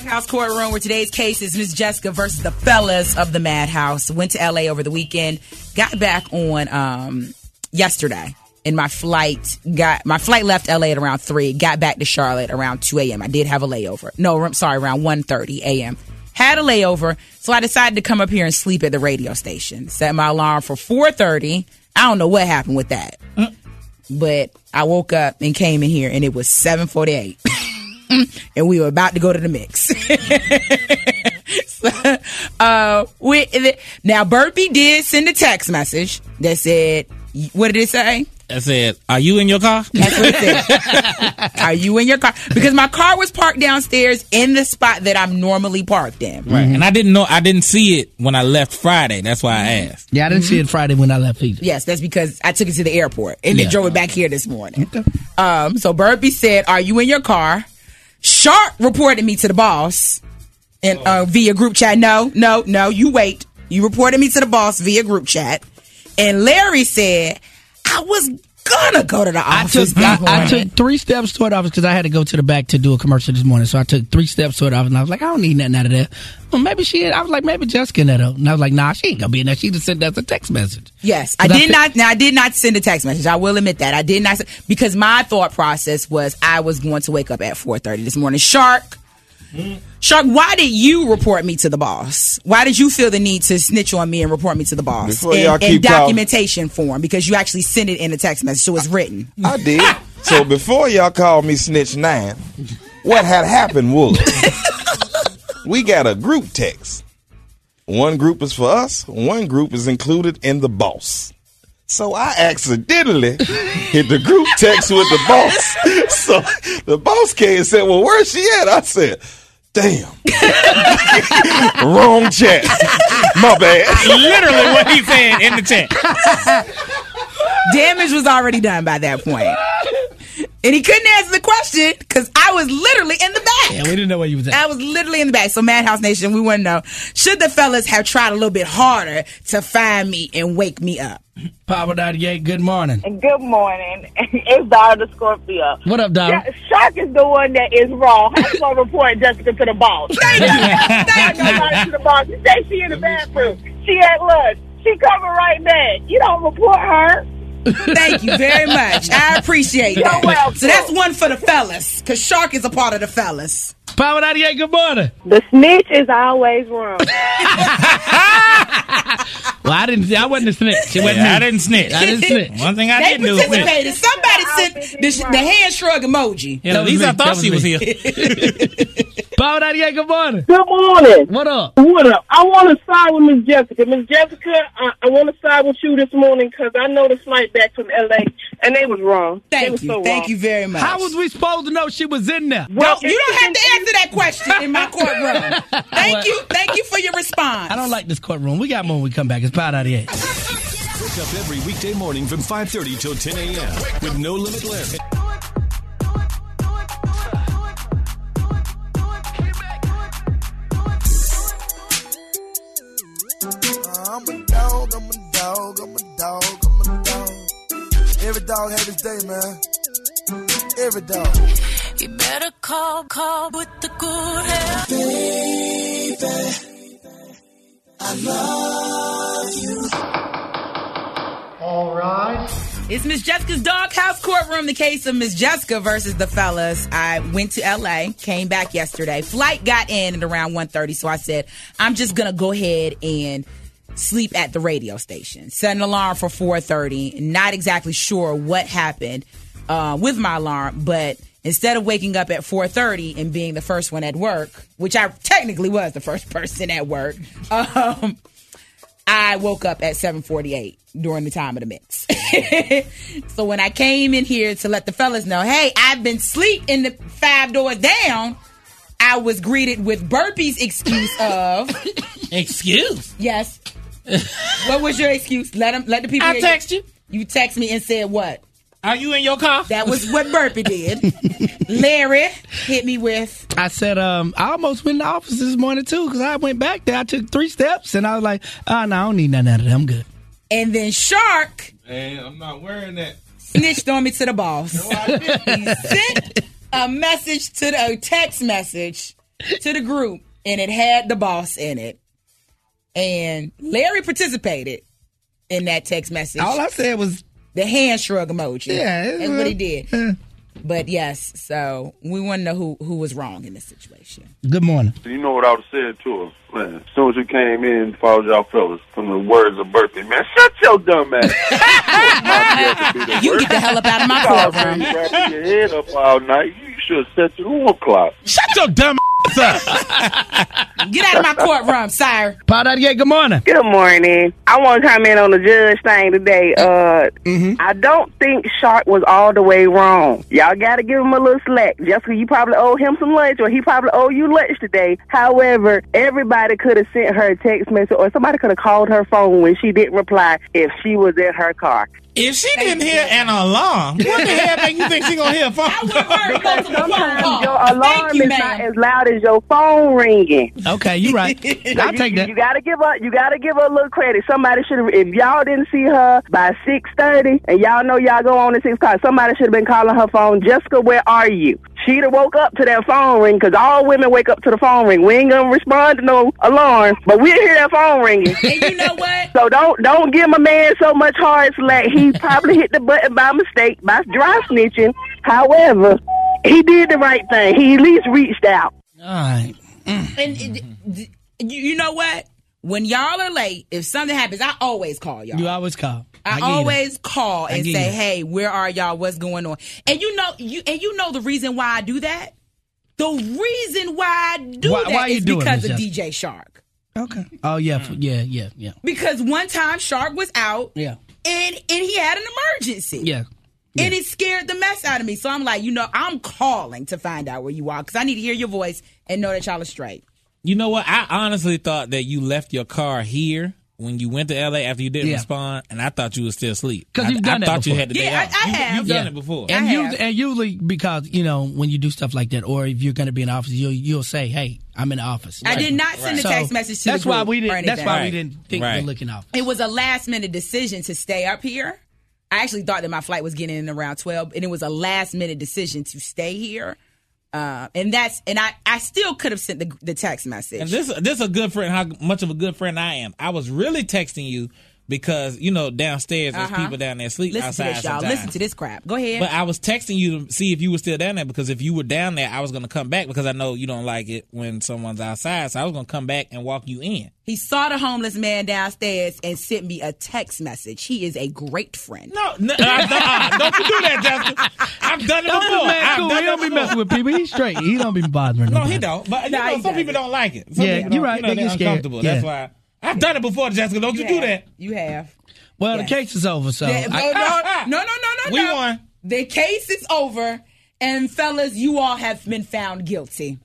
House courtroom where today's case is Miss Jessica versus the fellas of the madhouse. Went to LA over the weekend, got back on um, yesterday, and my flight got my flight left LA at around three. Got back to Charlotte around two a.m. I did have a layover. No, I'm sorry, around 1.30 a.m. Had a layover, so I decided to come up here and sleep at the radio station. Set my alarm for four thirty. I don't know what happened with that, but I woke up and came in here, and it was seven forty-eight. and we were about to go to the mix. So, uh, we, now, Burpee did send a text message that said, "What did it say? I said, "Are you in your car?" Are you in your car?" Because my car was parked downstairs in the spot that I'm normally parked in. Right. And I didn't know. I didn't see it when I left Friday. That's why I asked. Yeah, I didn't see it Friday when I left either. Yes, that's because I took it to the airport and Yeah. they drove it back here this morning. Um, so Burpee said, "Are you in your car?" Sharp reported me to the boss, and uh, via group chat. No, no, no. You wait. You reported me to the boss via group chat, and Larry said, "I was gonna go to the I office. took I, I doggone it. took three steps to the office because I had to go to the back to do a commercial this morning. So I took three steps to the office, and I was like, I don't need nothing out of there. Well, maybe she. I was like, maybe Jessica in that. up. And I was like, Nah, she ain't gonna be in there. She just sent us a text message. Yes, I But I did thi- not. Now I did not send a text message. I will admit that I did not s- because my thought process was I was going to wake up at four thirty this morning. Shark, Shark, why did you report me to the boss? Why did you feel the need to snitch on me and report me to the boss Before in, y'all in keep calling- documentation form because you actually sent it in a text message, so it's written. I did. so before y'all called me Snitch Nine, what had happened was we got a group text. One group is for us, one group is included in the boss. So I accidentally hit the group text with the boss. So the boss came and said, Well, where's she at? I said, Damn. Wrong chat. My bad. Literally what he said in the chat. Damage was already done by that point. And he couldn't answer the question because I was literally in the back. Yeah, we didn't know where you was at. I was literally in the back. So Madhouse Nation, we want to know: Should the fellas have tried a little bit harder to find me and wake me up? Papa ninety eight. Good morning. Good morning. It's Donna the Scorpio. What up, Donna? Yeah, Shark is the one that is wrong. How you gonna report Jessica to the boss? Thank you. Thank you. to the boss. You say she in the bathroom. She at lunch. She coming right back. You don't report her. Thank you very much. I appreciate You're that. welcome. So that's one for the fellas, because Shark is a part of the fellas. Power 98, good morning. The snitch is always wrong. Well, I didn't. I wasn't a snitch. It wasn't Yeah, me. I didn't snitch. I didn't snitch. One thing I they didn't do was snitch. participated. Somebody sent the, the hand shrug emoji. Yeah, at least I thought she was here. Power 98, good morning. Good morning. What up? What up? I want to side with Miss Jessica. Miss Jessica, I, I want to side with you this morning because I know the flight back from L.A. and they was wrong. they was So wrong. very much. How was we supposed to know she was in there? Well, you don't have to answer that question in my courtroom. Thank you. Thank you for your response. I don't like this courtroom. We got more when we come back. It's Power 98. Wake up every weekday morning from 5.30 till 10 a.m. with No Limit Left. I'm a dog, I'm a dog, I'm a dog, I'm a dog. Every dog has his day, man. Every dog. You better call, call with the good help. All right. It's Miss Jessica's doghouse courtroom. The case of Miss Jessica versus the fellas. I went to LA, came back yesterday. Flight got in at around 1.30, so I said, I'm just gonna go ahead and sleep at the radio station. Set an alarm for 4.30. Not exactly sure what happened uh, with my alarm, but instead of waking up at 4.30 and being the first one at work, which I technically was the first person at work, um, I woke up at 7:48 during the time of the mix. so when I came in here to let the fellas know, hey, I've been sleep in the five doors down, I was greeted with Burpee's excuse of Excuse? yes. what was your excuse? Let them let the people. I hear text you. You text me and said what? Are you in your car? That was what Burpee did. Larry hit me with. I said, um, I almost went in the office this morning too because I went back there. I took three steps and I was like, oh, no, I don't need nothing out of that. I'm good. And then Shark And I'm not wearing that. snitched on me to the boss. he sent a message to the a text message to the group, and it had the boss in it. And Larry participated in that text message. All I said was the hand shrug emoji. Yeah, it- that's what he did. But yes, so we want to know who who was wrong in this situation. Good morning. You know what I would have said to her, man. As soon as you came in and followed y'all fellas from the words of Burpee, man, shut your dumb ass. you get the hell up out of my courtroom. You wrapping your head up all night. You should have set your alarm clock. Shut your dumb ass up. Get out of my courtroom, sire. Power 98, good morning. Good morning. I want to comment on the judge thing today. Uh, I don't think Shark was all the way wrong. Y'all got to give him a little slack. Jessica, you probably owe him some lunch, or he probably owe you lunch today. However, everybody could have sent her a text message, or somebody could have called her phone when she didn't reply if she was in her car. If she didn't hear an alarm, what the hell make you think she gonna hear a phone call? Sometimes your alarm is not as loud as your phone ringing. Okay, you right. I'll you, take that. You gotta give her. You gotta give her a little credit. Somebody should have. If y'all didn't see her by six thirty, and y'all know y'all go on at six o'clock, somebody should have been calling her phone. Jessica, where are you? She'd have woke up to that phone ring because all women wake up to the phone ring. We ain't gonna respond to no alarm, but we hear that phone ringing. And you know what? So don't don't give my man so much hard slack. He probably hit the button by mistake by dry snitching. However, he did the right thing. He at least reached out. All right. And it- Mm-hmm. d- you, you know what? When y'all are late, if something happens, I always call y'all. You always call. I, get it. always call I and get say, it. "Hey, where are y'all? What's going on?" And you know, you and you know the reason why I do that. The reason why I do Why- that why you is do it, because Miss of Jessica? DJ Shark. Okay. Oh yeah, f- yeah, yeah, yeah, Because one time Shark was out, yeah, and and he had an emergency. yeah. And it scared the mess out of me. So I'm like, you know, I'm calling to find out where you are because I need to hear your voice and know that y'all are straight. You know what? I honestly thought that you left your car here when you went to LA after you didn't Yeah. respond, and I thought you were still asleep. 'Cause I, you've done that I thought you before. had the day Yeah, I- off. I You- have. You've done Yeah. it before. And, I us- have. and usually because you know when you do stuff like that, or if you're going to be in the office, you'll you'll say, "Hey, I'm in the office." I did not send a So, text message to That's the group why we or didn't. That's anything. why we didn't think we're looking off. It was a last minute decision to stay up here. I actually thought that my flight was getting in around 12, and it was a last minute decision to stay here. Uh, and that's and I, I still could have sent the, the text message. And this this a good friend. How much of a good friend I am. I was really texting you because you know downstairs there's Uh-huh. people down there sleep Listen to outside. this, y'all. sometimes. Listen to this crap. Go ahead. But I was texting you to see if you were still down there because if you were down there, I was gonna come back because I know you don't like it when someone's outside. So I was gonna come back and walk you in. he saw the homeless man downstairs and sent me a text message. He is a great friend. No, no I- uh-uh. don't you do that, Justin. I've done it Don't before. be mad I've cool. done He it don't be before. messing with people. He's straight. He don't be bothering. No, nobody. he don't. But you Nah, know, he some people don't like it. Some Yeah, people you're don't. right. You know, They they're get scared. uncomfortable. Yeah. That's why I've done it before, Jessica. Don't you, do have. that? You have. Well, Yes. the case is over, so Yeah, I- no, no, no, no, no. Um, We no. won. The case is over, and fellas, you all have been found guilty.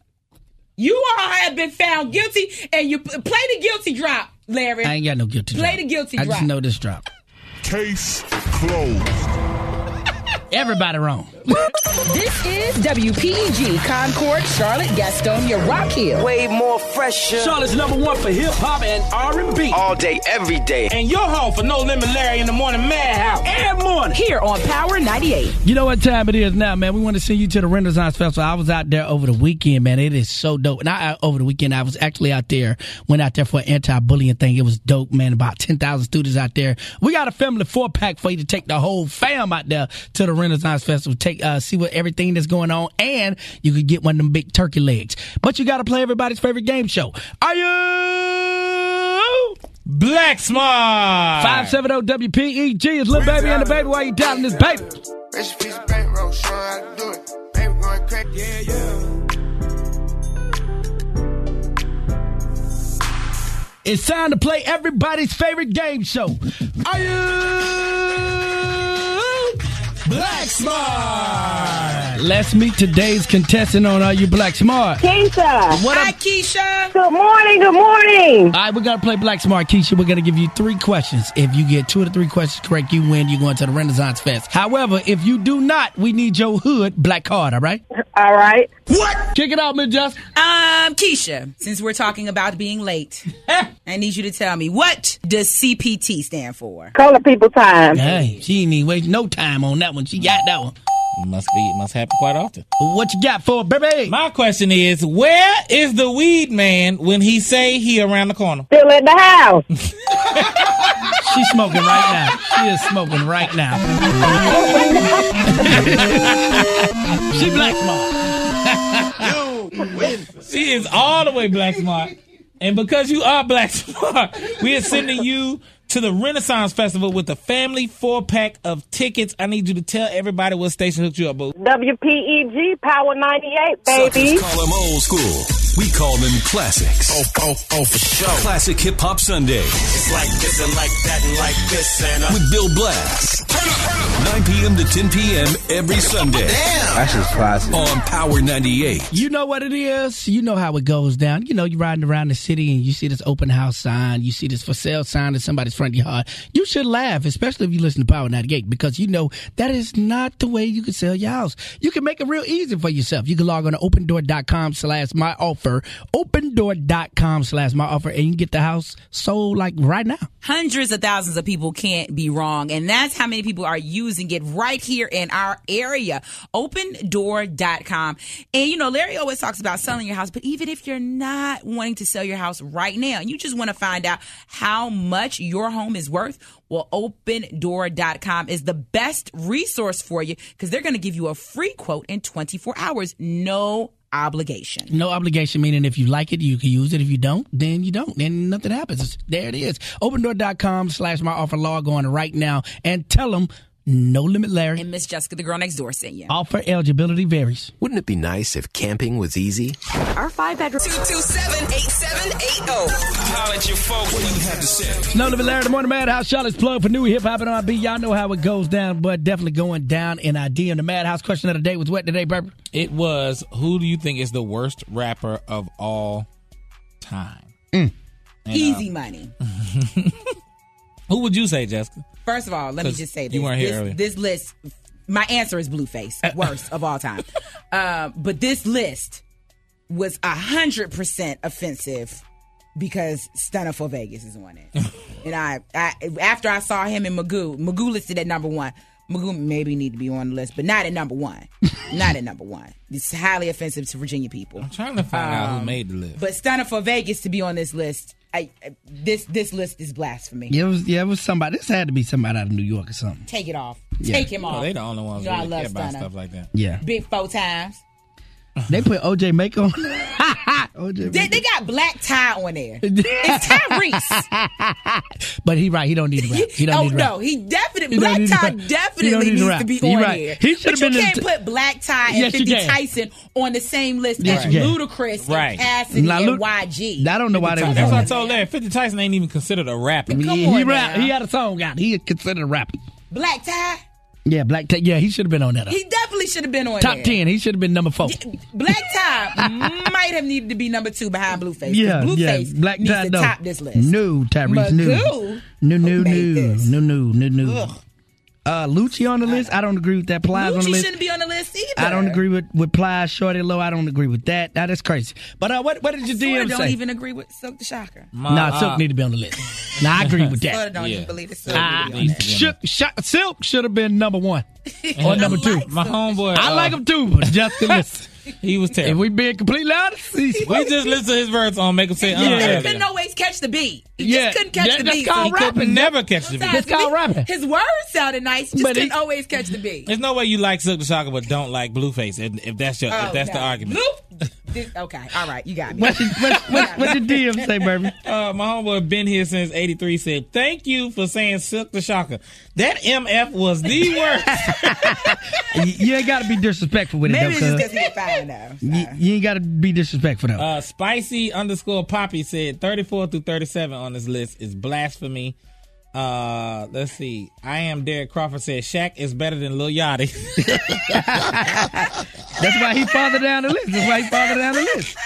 You all have been found guilty, and you play the guilty drop, Larry. I ain't got no guilty. Play drop. the guilty I drop. just know this drop. Case closed. Everybody wrong. This is WPEG Concord, Charlotte, Gastonia, Rock Hill. Way more fresher. Charlotte's number one for hip hop and R&B. All day, every day. And your home for No Limit Larry in the morning madhouse. Every morning. Here on Power 98. You know what time it is now, man. We want to send you to the Renaissance Festival. I was out there over the weekend, man. It is so dope. And I, I- over the weekend, I was actually out there, went out there for an anti-bullying thing. It was dope, man. About 10,000 students out there. We got a family four pack for you to take the whole fam out there to the Renaissance Festival. Take, uh, see what everything that's going on. And you could get one of them big turkey legs. But you got to play everybody's favorite game show. Are you? Black Smart. 570 WPEG E is Lil Baby and the Baby. Why you doubting this baby? Rich piece of bankroll, showing how to do it. Baby going crazy. Yeah, yeah. It's time to play everybody's favorite game show. Are you Black Smart? Let's meet today's contestant on Are You Black Smart? Keisha. What Hi, up? Keisha. Good morning. Good All morning. right, we're gonna play Black Smart, Keisha. We're gonna give you three questions. If you get two of the three questions correct, you win. You're going to the Renaissance Fest. However, if you do not, we need your hood black card. All right? All right. What? Kick it out, Miss Jessica. Um, Keisha, since we're talking about being late, I need you to tell me what does CPT stand for? Color people time. Hey, she ain't even waste no time on that one. She got that one. Must be. Must happen quite often. What you got for it, baby? My question is, where is the weed man when he say he around the corner? Still in the house. She's smoking right now. She is smoking right now. she black smart. She is all the way black smart. And because you are black smart, we are sending you to the Renaissance Festival with a family four pack of tickets. I need you to tell everybody what station hooked you up, boo. WPEG E Power 98, baby. Suckers call them old school. We call them classics. Oh, oh, oh, for sure. Classic Hip Hop Sunday uh, It's like this and like that and like this and with Bill Blast. 9 p.m. to 10 p.m. every Sunday. That's just classic. On Power 98. You know what it is. You know how it goes down. You know, you're riding around the city and you see this open house sign, you see this for sale sign in somebody's front yard. You should laugh, especially if you listen to Power 98, because you know that is not the way you can sell your house. You can make it real easy for yourself. You can log on to opendoor.com slash my offer, opendoor.com slash my offer, and you can get the house sold like right now. Hundreds of thousands of people can't be wrong. And that's how many people are using it right here in our area. Opendoor.com. And you know, Larry always talks about selling your house, but even if you're not wanting to sell your house right now and you just want to find out how much your home is worth, well, opendoor.com is the best resource for you because they're going to give you a free quote in 24 hours. No obligation. No obligation, meaning if you like it, you can use it. If you don't, then you don't. Then nothing happens. It's- There it is. Opendoor.com slash my offer. Log on right now and tell them No Limit Larry. And Miss Jessica, the girl next door, sent you. Offer eligibility varies. Wouldn't it be nice if camping was easy? Our five bedroom. 227 8780. Holler at your folks. What you have to say? No Limit Larry, the morning madhouse. Charlotte's plug for new hip hop and R&B. Y'all know how it goes down, but definitely going down in idea. And the madhouse question of the day was what today, Burger? It was who do you think is the worst rapper of all time? And, Easy money. Who would you say, Jessica? First of all, let me 'Cause just say you this. weren't here this, earlier. this list, my answer is Blueface, worst of all time. Um, but this list was a hundred percent offensive because Stunner for Vegas is on it. and I, I, after I saw him and Magoo, Magoo listed at number one. Magoo maybe need to be on the list, but not at number one. not at number one. It's highly offensive to Virginia people. I'm trying to Find out Um, who made the list. But Stunner for Vegas to be on this list, I, I- this this list is blasphemy. Yeah, it was, yeah, it was somebody. This had to be somebody out of New York or something. Take it off. Yeah. Take him No, Oh, off. they the only ones You know, I really love care about Stunna. stuff like that. Yeah. Big four times. They put OJ Make on. OJ They, Make. they got black tie on there. It's Tyrese. But he right. He don't need to rap. He don't oh need to rap. no, he definitely He don't black need to tie rap. He don't need definitely to needs rap. to be He on right. there. He but should've you been in can't the- put black tie and Yes, you 50 can. Tyson on the same list Yes, as you can. Ludacris Right. and Cassidy Now, and look- YG. I don't know why they was That's on what I it. told Larry. Fifty Tyson ain't even considered a rapper. Yeah, he rap. He had a song out. He considered a rapper. Black tie. Yeah, Black. T- yeah, he should have been on that. uh, He definitely should have been on Top there. ten. He should have been number four. Black tie might have needed to be number two behind Blueface. 'cause Yeah, yeah. Blueface Black needs Tie. to No. top this list. New Tyrese. New. Magoo? New. New. New. New. New. New. New. Ugh. Uh, Lucci on the list. I don't agree with that. Plies on the Lucci list. shouldn't be on the list either. I don't agree with with Plies, Shorty, Low. I don't agree with that. That is crazy. But uh, what what did your Sora DM don't say? even agree with Silk the Shocker. nah, Silk need to be on the list. Nah, I agree with Sora that. don't even believe it's Silk. Ah, really on that. should, should, Silk should have been number one or number two. My homeboy. I uh, like him too, but Justin, listen. He was terrible. If we being completely honest, we We just listened to his verse on Make Him Say Yeah. uh, He earlier. couldn't always catch the beat. He Yeah, just couldn't catch that- the that's beat. called He couldn't- rapping. Never catch the beat. That's called rapping. His words sounded nice. He just But he- couldn't always catch the beat. There's no way you like Silk the Shocker but don't like Blueface. If, if that's your, Oh, if that's the no. argument. Bloop. This- okay, all right, you got me. What did what, what did DM say, baby? Uh, my homeboy been here since '83 said, "Thank you for saying Silk the Shocker. That MF was the worst." You, you ain't got to be disrespectful with it, Maybe though, cuz. it's just 'Cause he ain't fine enough. You, you ain't got to be disrespectful, though. Uh, spicy underscore Poppy said 34 through 37 on this list is blasphemy. Uh, let's see. I am Derek Crawford said Shaq is better than Lil Yachty. That's why he farther down the list. That's why he farther down the list.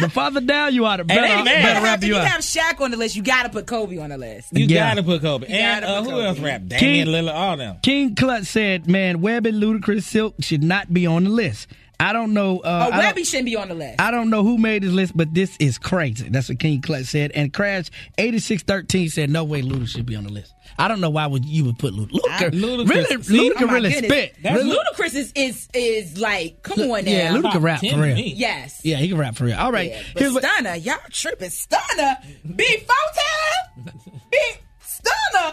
The farther down you are, the Hey, better, they mad. better If rapper you you are. have Shaq on the list, you got to put Kobe on the list. You Yeah. gotta put Kobe. You and gotta uh, put who Kobe. else rap? King- Damian Lillard, all them. King Klutz said, "Man, Webby, Ludacris, Silk should not be on the list. I don't know. Uh, oh, I don't- Webby shouldn't be on the list. I don't know who made his list, but this is crazy. That's what King Clutch said. And Crash eighty six thirteen said, "No way, Luda should be on the list. I don't know why would you would put Luda. Luda, Ludacris- really, see? Luda Oh my really goodness. spit. That's Really- Ludacris is, is is like, come on now. yeah, Luda can rap for real. Yes. Yeah, he can rap for real. All right, But Stunner, y'all tripping. Stunner, big four time, big Stunner.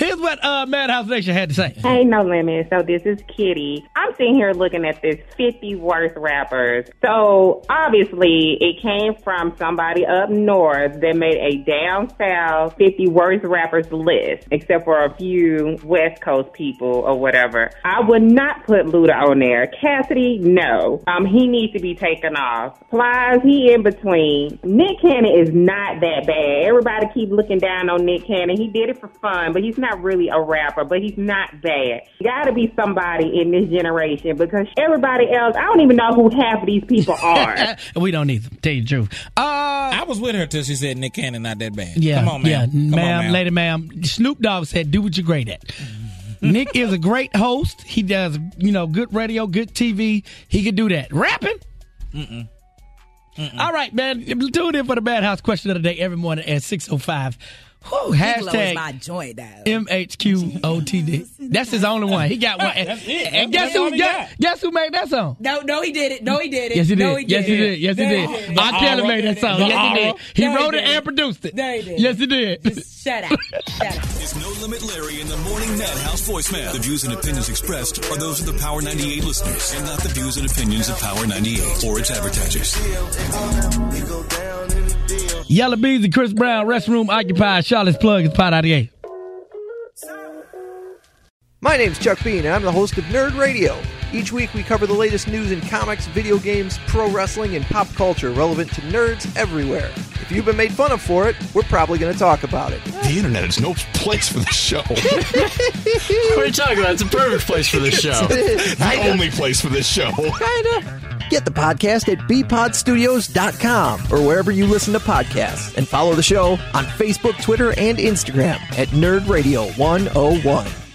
here's what uh, Madhouse Nation had to say. Hey, no limit. So this is Kitty. I I'm sitting here looking at this 50 worst rappers. So obviously, it came from somebody up north that made a down south 50 worst rappers list, except for a few West Coast people or whatever. I would not put Luda on there. Cassidy, no. Um, he needs to be taken off. Plies, he in between. Nick Cannon is not that bad. Everybody keep looking down on Nick Cannon. He did it for fun, but he's not really a rapper, but he's not bad. Gotta be somebody in this generation because everybody else, I don't even know who half of these people are. we don't need them. Tell you the truth. Uh, I was with her till she said Nick Cannon not that bad. Yeah, Come on, man. yeah, Come ma'am, on, ma'am. lady, ma'am. Snoop Dogg said, "Do what you're great at." Nick is a great host. He does, you know, good radio, good TV. He can do that. Rapping. Mm-mm. All right, man. Tune in for the Bad House question of the day every morning at 6.05. Whew, Hashtag is my hashtag joint though. MHQOTD. That's his only one. He got one. That's it. That's- And guess that's all who? he Guess, guess who made that song? No, no, he did it. No, he did it. Yes, he did. No, he yes, he did. Yes, he No, did. R. Kelly made that song. The yes, he did. aura. He No, he wrote it didn't. and produced it. No, he didn't. Yes, he did. Shut up. It's No Limit Larry in the Morning Madhouse voicemail. The views and opinions expressed are those of the Power 98 listeners and not the views and opinions of Power 98 or its advertisers. Yellow Bees and Chris Brown, restroom occupied. Charlotte's plug is Pot 98. My name's Chuck Bean, and I'm the host of Nerd Radio. Each week, we cover the latest news in comics, video games, pro wrestling, and pop culture relevant to nerds everywhere. If you've been made fun of for it, we're probably going to talk about it. The internet is no place for the show. what what are you talking about? It's a perfect place for this show. the only place for this show. Get the podcast at bpodstudios.com or wherever you listen to podcasts, and follow the show on Facebook, Twitter, and Instagram at Nerd Radio 101.